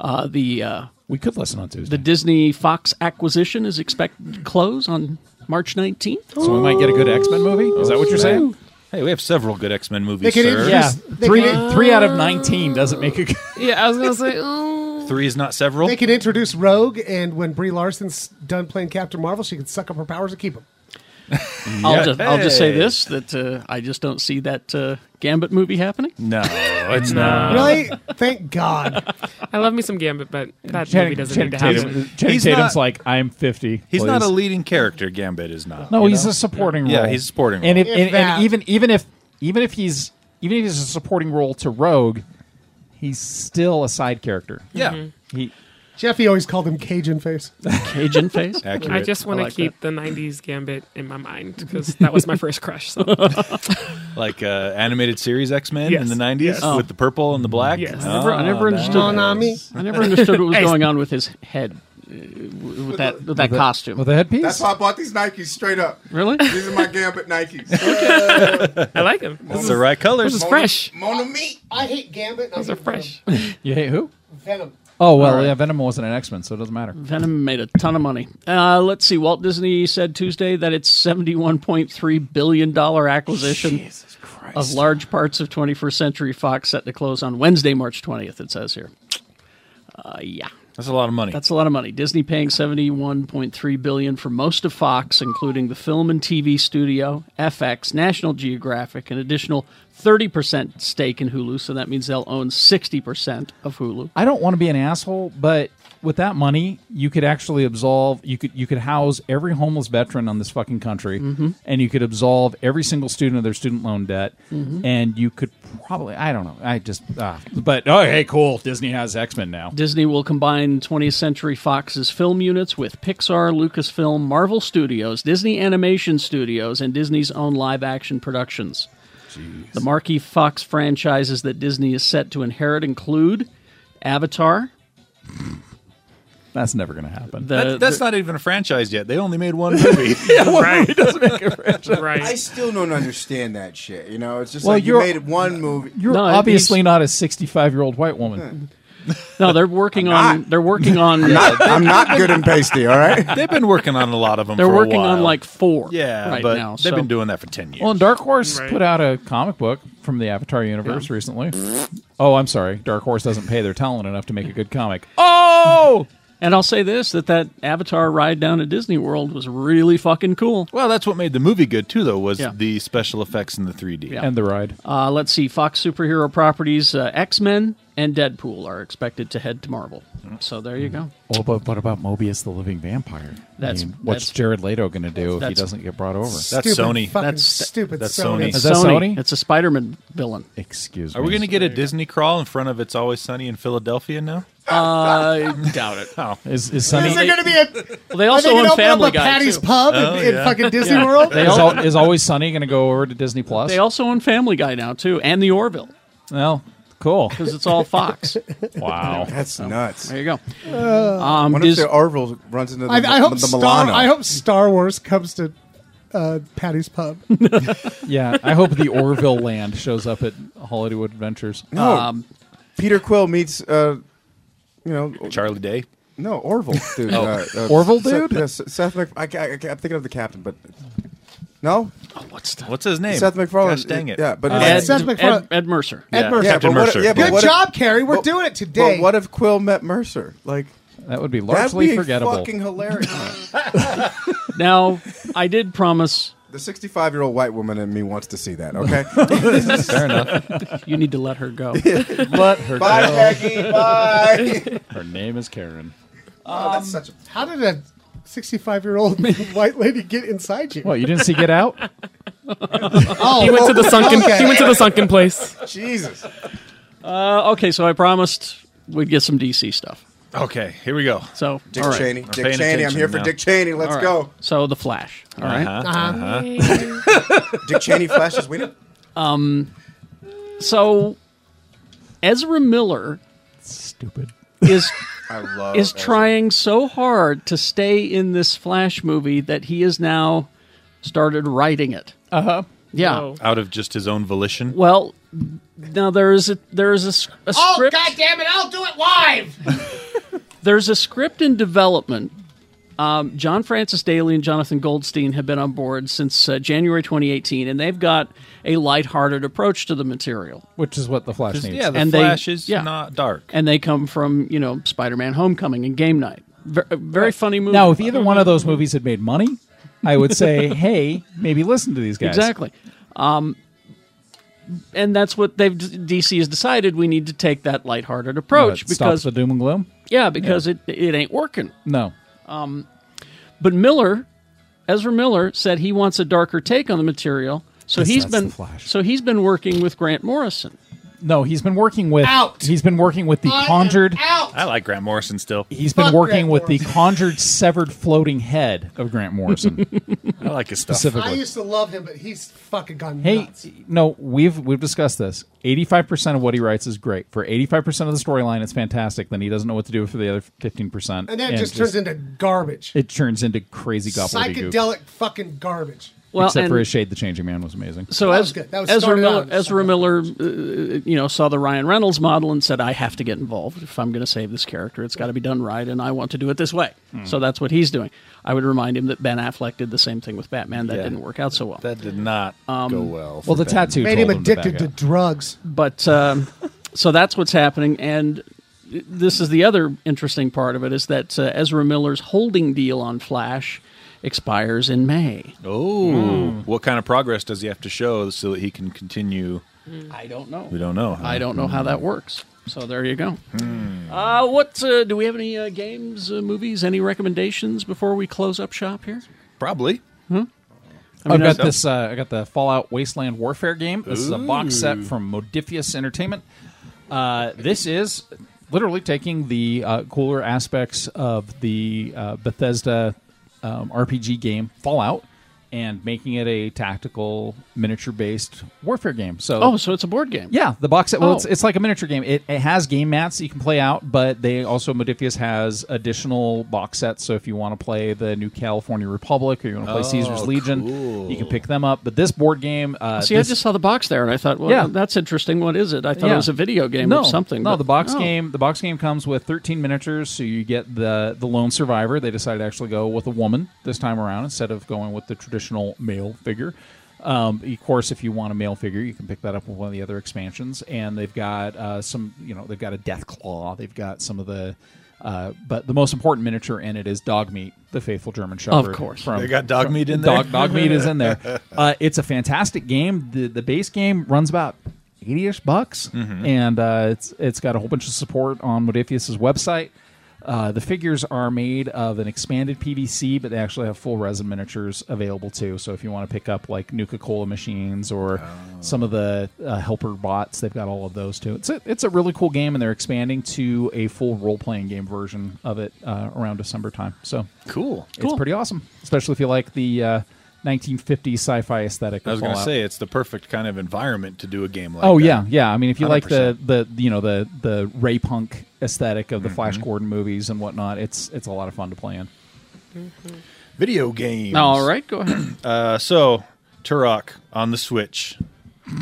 Uh, the uh, we could listen on Tuesday, the Disney Fox acquisition is expected to close on March 19th. so we might get a good X Men movie. Is that what you're saying? Hey, we have several good X Men movies, They could sir. introduce- Yeah, Yeah. They three could- three out of nineteen doesn't make a. good- Yeah, I was gonna say. Oh. Three is not several. They could introduce Rogue, and when Brie Larson's done playing Captain Marvel, she can suck up her powers and keep them. I'll, just, I'll just say Hey. this that uh, I just don't see that uh, Gambit movie happening. No, it's not. really? Thank God. I love me some Gambit, but that movie doesn't Channing need to Tatum- happen. Channing He's Tatum's not- like, I'm 50. He's not please." a leading character. Gambit is not. No, he's a supporting Yeah, role. he's a supporting And, if, role. If and, and that. even even if even if he's even if he's a supporting role to Rogue, he's still a side character. Yeah, Mm-hmm. He Jeffy always called him Cajun face. Cajun face. accurate. I just want I to like keep the '90s Gambit in my mind because that was my first crush. So like uh, animated series X Men in Yes, the '90s yes. with the purple and the black. Oh, Yes. I never, I never understood. Monami. I never understood what was Hey. going on with his head. uh, with that with that costume. with a headpiece. That's why I bought these Nikes straight up. Really? These are my Gambit Nikes. I like them. It's the right colors. This is fresh. Mona me. I hate Gambit. Those are fresh. you hate who? Venom. Oh well, yeah. Venom wasn't an X Men, so it doesn't matter. Venom made a ton of money. Uh, let's see. Walt Disney said Tuesday that its $71.3 billion acquisition of large parts of 21st Century Fox set to close on Wednesday, March 20th, it says here. Uh, yeah. That's a lot of money. That's a lot of money. Disney paying seventy-one point three billion for most of Fox, including the film and TV studio, FX, National Geographic, an additional thirty percent stake in Hulu. So that means they'll own sixty percent of Hulu. I don't want to be an asshole, but with that money, you could actually absolve you could you could house every homeless veteran on this fucking country, and you could absolve every single student of their student loan debt, and you could probably I don't know I just ah but oh hey cool Disney has X Men now. Disney will combine 20th Century Fox's film units with Pixar, Lucasfilm, Marvel Studios, Disney Animation Studios, and Disney's own live action productions. The marquee Fox franchises that Disney is set to inherit include Avatar. That's never going to happen. The, That- that's uh, the- not even a franchise yet. They only made one movie. right. right. I still don't understand that shit. You know, it's just Well, like you you're- made one movie. You're No, obviously he's- not a 65 year old white woman. no. They're working on. They're working on. I'm not good and pasty. All right. they've been working on a lot of them. They're for a working on while. like four. yeah, right but now. they've so- been doing that for ten years. Well, and Dark Horse Right. put out a comic book from the Avatar universe recently. Oh, I'm sorry. Dark Horse doesn't pay their talent enough to make a good comic. Oh! And I'll say this: that that Avatar ride down at Disney World was really fucking cool. Well, that's what made the movie good too, though, was Yeah. the special effects in the 3D. Yeah. And the ride. Uh, let's see, Fox superhero properties, uh, X Men and Deadpool are expected to head to Marvel. So there you go. Oh, but what about Mobius the Living Vampire? That's- what's that's- Jared Leto going to do if he that's- doesn't get brought over? That's Stupid Sony. Fucking That's- stupid. that's Sony. Sony. Is that Sony? It's a Spider Man villain. Excuse me. Are we going to get a Disney crawl in front of It's Always Sunny in Philadelphia now? I doubt it. Oh, Is, is Sunny. Is there going to be a? Well, they Are also they gonna own open Family up a Guy. Patty's too. Pub Oh, in, in fucking Disney World? They Is, all- al- is always Sunny going to go over to Disney Plus? They also own Family Guy now too, and the Orville, well, cool. because it's all Fox. Wow. That's nuts. there you go. Um, What if Dis- their Orville runs into the, I, I hope the Star. Milano? I hope Star Wars comes to uh, Patty's Pub. Yeah, I hope the Orville land shows up at Hollywood Adventures. No, Um, Peter Quill meets, uh, you know, Charlie Day. no Orville dude. uh, uh, Orville Seth- dude? yeah, Seth, Seth Mac- I, ca- I, ca- I'm thinking of the captain, but no, oh, what's the What's his name? Seth MacFarlane. Gosh dang it. Yeah, but Ed, Seth MacFarlane. Ed, Ed Mercer? Ed Mercer. yeah, Captain but what- Mercer. yeah, but Good what if- job, Carrie. We're but- doing it today. But what if Quill met Mercer? Like That would be that'd largely be forgettable. fucking hilarious. Now, I did promise the 65 year old white woman in me wants to see that. Okay. Fair enough. you need to let her go. But her, bye, Peggy. Bye. her name is Karen. oh, that's such a Um, How did a 65 year old white lady get inside you? What, you didn't see Get Out? Oh, He went to the sunken. Okay. He went to the sunken place. Jesus. Uh, okay, so I promised we'd get some DC stuff. Okay, here we go. So Dick all right. Cheney. We're Dick paying Cheney. I'm attention here for now. Dick Cheney. Let's All right. go. So the Flash. All right. Dick Cheney flashes winner. So Ezra Miller Stupid. is I love is Ezra. trying so hard to stay in this Flash movie that he has now started writing it. Uh huh. Yeah. Oh. Out of just his own volition. Well, now there is a there is a, s- a script. damn it! Oh, I'll do it live. there's a script in development. Um, John Francis Daly and Jonathan Goldstein have been on board since uh, January 2018, and they've got a lighthearted approach to the material. Which is what the Flash needs. yeah, the And they- Flash is yeah. not dark. And they come from, you know, Spider Man Homecoming and Game Night. Very, very funny movie. Now, if either one of those movies had made money, I would say, hey, maybe listen to these guys. Uh, Exactly. Um, and that's what they've DC has decided we need to take that lighthearted But approach stops because the doom and gloom. yeah because it it ain't working. No, But Miller, Ezra Miller, said he wants a darker take on the material. So Yes, he's that's been the Flash. so he's been working with Grant Morrison. no, he's been working with Out. he's been working with the conjured. I like Grant Morrison still. He's been Fuck working Grant with the conjured severed floating head of Grant Morrison. I like his stuff. specifically. I used to love him, but he's fucking gone Hey, nuts. no, we've we've discussed this. Eighty-five percent of what he writes is great. For eighty-five percent of the storyline, it's fantastic. Then he doesn't know what to do for the other fifteen percent, And that just turns into garbage. it turns into crazy gobbledygook. Psychedelic fucking garbage. Well, Except for and- his shade, the changing man was amazing. So That as was good. That was Ezra started Miller, out as Ezra something. Miller, uh, you know, saw the Ryan Reynolds model and said, "I have to get involved if I'm going to save this character. It's got to be done right, and I want to do it this way." Hmm. So that's what he's doing. I would remind him that Ben Affleck did the same thing with Batman. That Yeah. didn't work out so well. That did not Um, go well. Well, for the Ben. tattoo Made told him to, addicted back to out. drugs. but um, so that's what's happening and this is the other interesting part of it is that uh, ezra miller's holding deal on flash expires in may Oh, Hmm. what kind of progress does he have to show so that he can continue? i don't know We don't know. huh? i don't know how that works so there you go uh, what uh, do we have any uh, games uh, movies any recommendations before we close up shop here Probably. I mean, I've I- got this. Uh, I got the Fallout Wasteland Warfare game. This is a box set from Modifius Entertainment. Uh, this is literally taking the uh, cooler aspects of the uh, Bethesda um, RPG game Fallout and making it a tactical miniature-based warfare game. So, oh so it's a board game yeah, the box set. Well, it's, Oh. it's like a miniature game. It, it has game mats that you can play out, but they also Modifius has additional box sets. So if you want to play the New California Republic or you want Oh, to play Caesar's Legion, you can pick them up. But this board game, uh, See, this- I just saw the box there, and I thought, well, Yeah. that's interesting. What is it? I thought yeah. it was a video game no, or something. No, but- the box oh. game. The box game comes with 13 miniatures, so you get the the lone survivor. They decided to actually go with a woman this time around instead of going with the traditional male figure. Um, of course, if you want a male figure, you can pick that up with one of the other expansions. And they've got uh, some, you know, they've got a death claw. They've got some of the. Uh, but the most important miniature in it is Dog Meat, the faithful German Shepherd. course. from- They got dog from- meat in there? Dog, dog meat is in there. Uh, it's a fantastic game. The the base game runs about eighty-ish bucks, Mm-hmm. and uh, it's it's got a whole bunch of support on Modifius's website. Uh, the figures are made of an expanded PVC, but they actually have full resin miniatures available too. So if you want to pick up like Nuka Cola machines Oh. or some of the uh, helper bots, they've got all of those too. It's a, it's a really cool game, and they're expanding to a full role playing game version of it uh, around December time. So Cool. it's pretty awesome, especially if you like the uh, 1950s sci-fi aesthetic. I was going to to say it's the perfect kind of environment to do a game like. Oh that. yeah, yeah. I mean, if you like the 100%. the you know the the Ray Punk aesthetic Mm-hmm. of the Flash Gordon movies and whatnot, it's it's a lot of fun to play in. video games. All right, go ahead. Uh, so Turok on the Switch.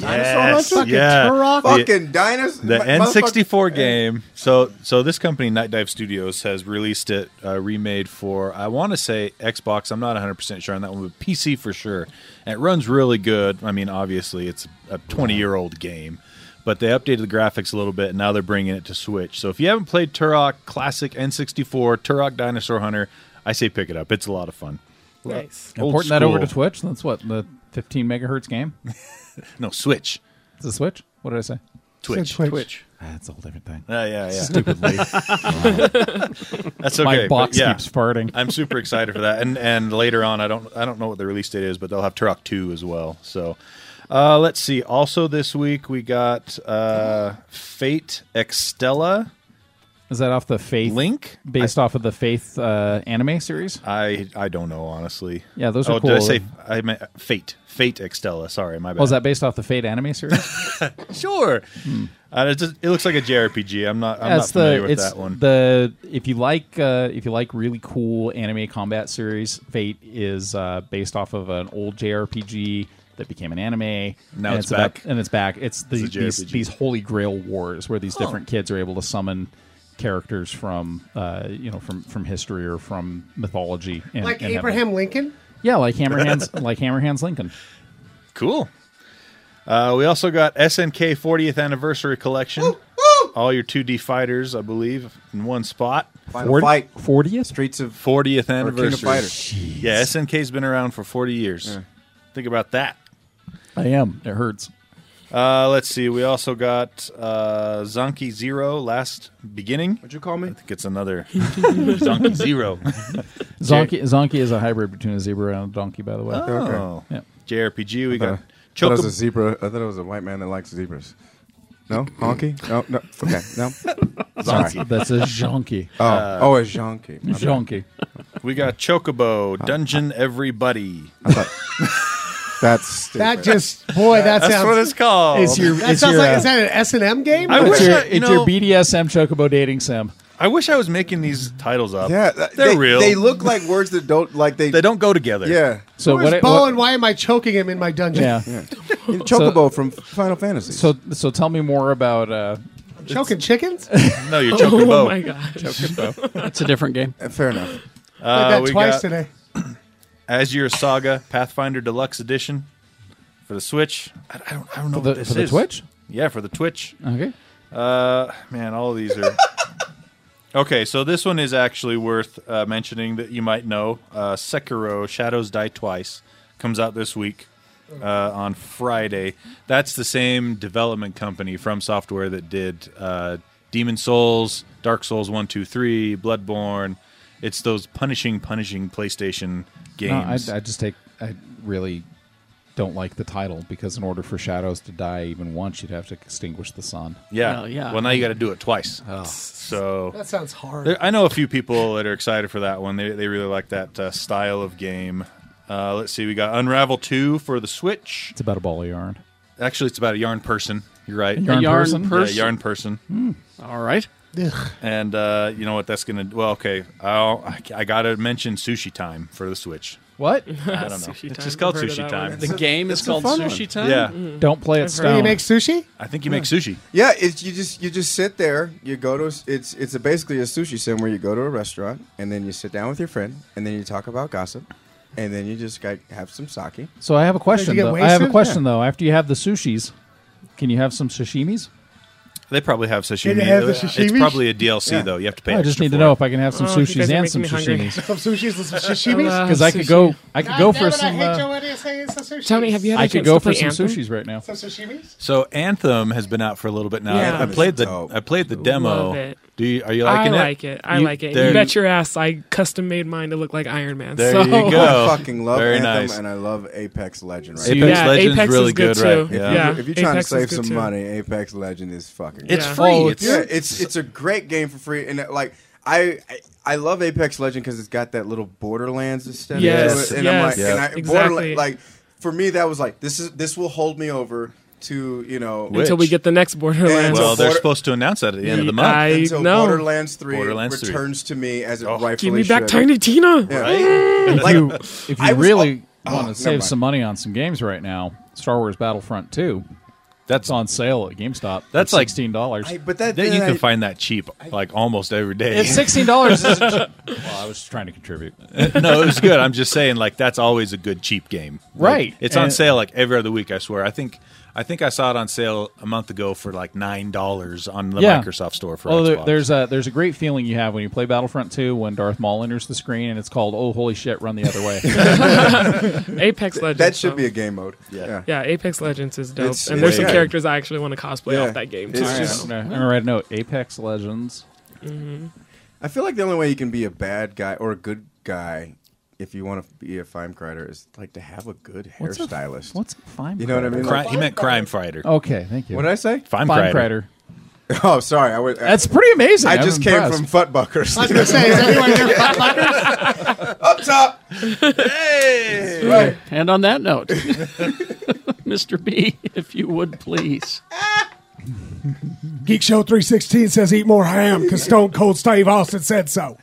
Yes, Fucking yeah. Turok. The- Fucking dinosaur. the mu- N64 game. So so this company Night Dive Studios has released it uh, remade for I want to say Xbox. I'm not 100% sure on that one, but PC for sure. And it runs really good. I mean, obviously it's a 20-year-old game, but they updated the graphics a little bit and now they're bringing it to Switch. So if you haven't played Turok Classic N64 Turok Dinosaur Hunter, I say pick it up. It's a lot of fun. Nice. Old Porting that over to school. Twitch. That's what the 15 megahertz game. No, Switch. It's a Switch. What did I say? Twitch. Twitch. Ah, That's a whole different thing. Yeah, yeah, yeah. Stupidly, That's okay. my but box yeah. keeps farting. I'm super excited for that. And and later on, I don't I don't know what the release date is, but they'll have Turok Two as well. So uh, let's see. Also this week we got uh, Fate Extella Is that off the Faith Link. Based off of the Faith uh, anime series. I I don't know honestly. Yeah, those oh, are Did I cool. say I meant Fate? Fate Extella. Sorry, my bad. Oh, is that based off the Fate anime series? sure? Uh, it, just, it looks like a JRPG. I'm not. Hmm. I'm Yeah, not it's familiar the with it's that one. the if you like uh, if you like really cool anime combat series, Fate is uh, based off of an old JRPG that became an anime. Now and it's about- back. and it's back. It's, the, It's a these JRPG. these Holy Grail wars where these different kids are able to summon characters from uh, you know from from history or from mythology. And, Like and have- Abraham Lincoln? yeah, like Hammerhands like Hammerhands Lincoln. Cool. Uh, we also got SNK 40th anniversary collection. All your 2D fighters, I believe, in one spot. Final fight. fortieth Streets of 40th or King of anniversary. Fighters. Yeah, SNK's been around for 40 years. Think about that. I am. It hurts. Uh, let's see. We also got uh, Zonky Zero Last Beginning. What'd you call me? I think it's another Zonky Zero. Zonky, Zonky is a hybrid between a zebra and a donkey, by the way. Oh. Yeah. JRPG. We got Uh, I thought it was a Chocob- zebra. I thought it was a white man that likes zebras. No, honky. No, no. Okay, no. Sorry. That's a zonky. Oh, oh, it's Jonky. Zonky. we got Chocobo Dungeon Everybody. That's stupid. That just boy, that That's sounds. what it's called. It's your, that it's sounds your, like uh, is that an S and M game? I it's wish your, I, you it's your know- BDSM chocobo dating sim. I wish I was making these titles up. yeah, that- they're they, real. They look like words that don't like they. They don't go together. Yeah, So Where's what? I- Bo what- and why am I choking him in my dungeon? yeah. Chocobo from Final Fantasy. So so tell me more about uh, Choking chickens? No, you're Oh Chocobo. my gosh. It's a different game. fair enough. Uh, Played we that twice got today. Azure Saga Pathfinder Deluxe Edition for the Switch. I, I don't, I don't know for the, what this for the is. Twitch. Yeah, for the Twitch. Okay. Uh, man, all of these are. okay, so this one is actually worth uh, mentioning that you might know. Uh, Sekiro: Shadows Die Twice comes out this week uh, on Friday. That's the same development company from Software that did uh, Demon Souls, Dark Souls One, Two, Three, Bloodborne. It's those punishing, punishing PlayStation No, I, games. I just take. I really don't like the title because in order for shadows to die even once, you'd have to extinguish the sun. yeah. Well, yeah. Well, now you got to do it twice. Oh. So That sounds hard. There, I know a few people that are excited for that one. They, they really like that uh, style of game. Uh, let's see, we got Unravel 2 for the Switch. It's about a ball of yarn. Actually, it's about a yarn person. You're right. Yarn a yarn person? person. Yeah, Yeah, yarn person. All right. Ugh. And uh, you know what? That's going to. Well, okay. I'll, I, I got to mention Sushi Time for the Switch. What? I don't know. Sushi It's Time. just called I've heard of Sushi that Mm. Time. The game is called Sushi Time. Yeah. don't play it Do stone. you make sushi? I think you make sushi. Yeah, it's you just you just sit there. You go to a s- it's it's a basically a sushi sim where you go to a restaurant and then you sit down with your friend and then you talk about gossip and then you just like have some sake. so I have a question. get Though. I have a wasted? question though. After you have the sushis, can you have some sashimis? They probably have sashimi. They have the It's sashimi? probably a DLC, though. You have to pay I just extra need to for know it. if I can have some Oh, you guys sushis are and making some me hungry. sashimis. Some sushis and some Uh, Uh, sashimis? Because I could go. I could go for some. I hate you Uh, when you say it's some sushis. Tony, have you had a I could chance go to for some play Anthem? sushi's right now. some sashimis? So Anthem has been out for a little bit now. Yeah. I played the Dope. I played the demo. Love it. Do you are you liking I it? like it. I You- like it. there- You bet your ass I custom made mine to look like Iron Man. There so you go. Oh, I fucking love very Anthem nice. and I love Apex Legend right Apex now. Yeah, Legends Apex really is good, too. right? Yeah. Yeah. If you're trying Apex to is save good some too. money, Apex Legend is fucking It's Yeah. free. Oh, it's, Yeah, it's it's a great game for free, and uh, like I I, I love Apex Legend because it's got that little Borderlands aesthetic. to Yes, it, and I'm yes, like, and I, exactly. Borderlands, like for me, that was like this is this will hold me over to you know Wait. Until we get the next Borderlands. well, Well, they're Border- supposed to announce that at the end of the month. I until know. Borderlands Three Borderlands 3. returns to me as it Oh. rightfully Give me back should. Tiny Tina. Yeah. If Like, you, if you I was- really oh, want to never save mind. some money on some games right now, Star Wars Battlefront Two, that's on sale at GameStop. That's for like- sixteen dollars. I- but that, That- you then can I- find that cheap like almost every day. It's sixteen dollars. well, I was just trying to contribute. no, it was good. I'm just saying, like that's always a good cheap game, Like, Right. it's on And- sale like every other week. I swear. I think I think I saw it on sale a month ago for like nine dollars on the Yeah. Microsoft Store for Oh, there- Xbox. there's a there's a great feeling you have when you play Battlefront Two when Darth Maul enters the screen and it's called "Oh, holy shit, run the other way." Apex Legends. that should though. be a game mode. Yeah. Yeah, Apex Legends is dope. It's- and it's there's some good. characters I actually want to cosplay Yeah. off that game It's too. All right, just- I'm gonna- I'm gonna write a note. Apex Legends. I feel like the only way you can be a bad guy or a good guy if you want to be a Fimecrider is like to have a good What's a- hairstylist. What's a fine? you know what I mean? Cri- Like- he meant Crime Fighter. Okay, thank you. what did I say? Fine Oh, Fine Crider. Crider. Oh, sorry. I, was, That's pretty amazing. I I'm just impressed. came from Futtbuckers. I was going to say, is anyone here fat fuckers? Up top. And on that note, Mr. B, if you would please. Geek Show 316 says eat more ham because Stone Cold Steve Austin said so.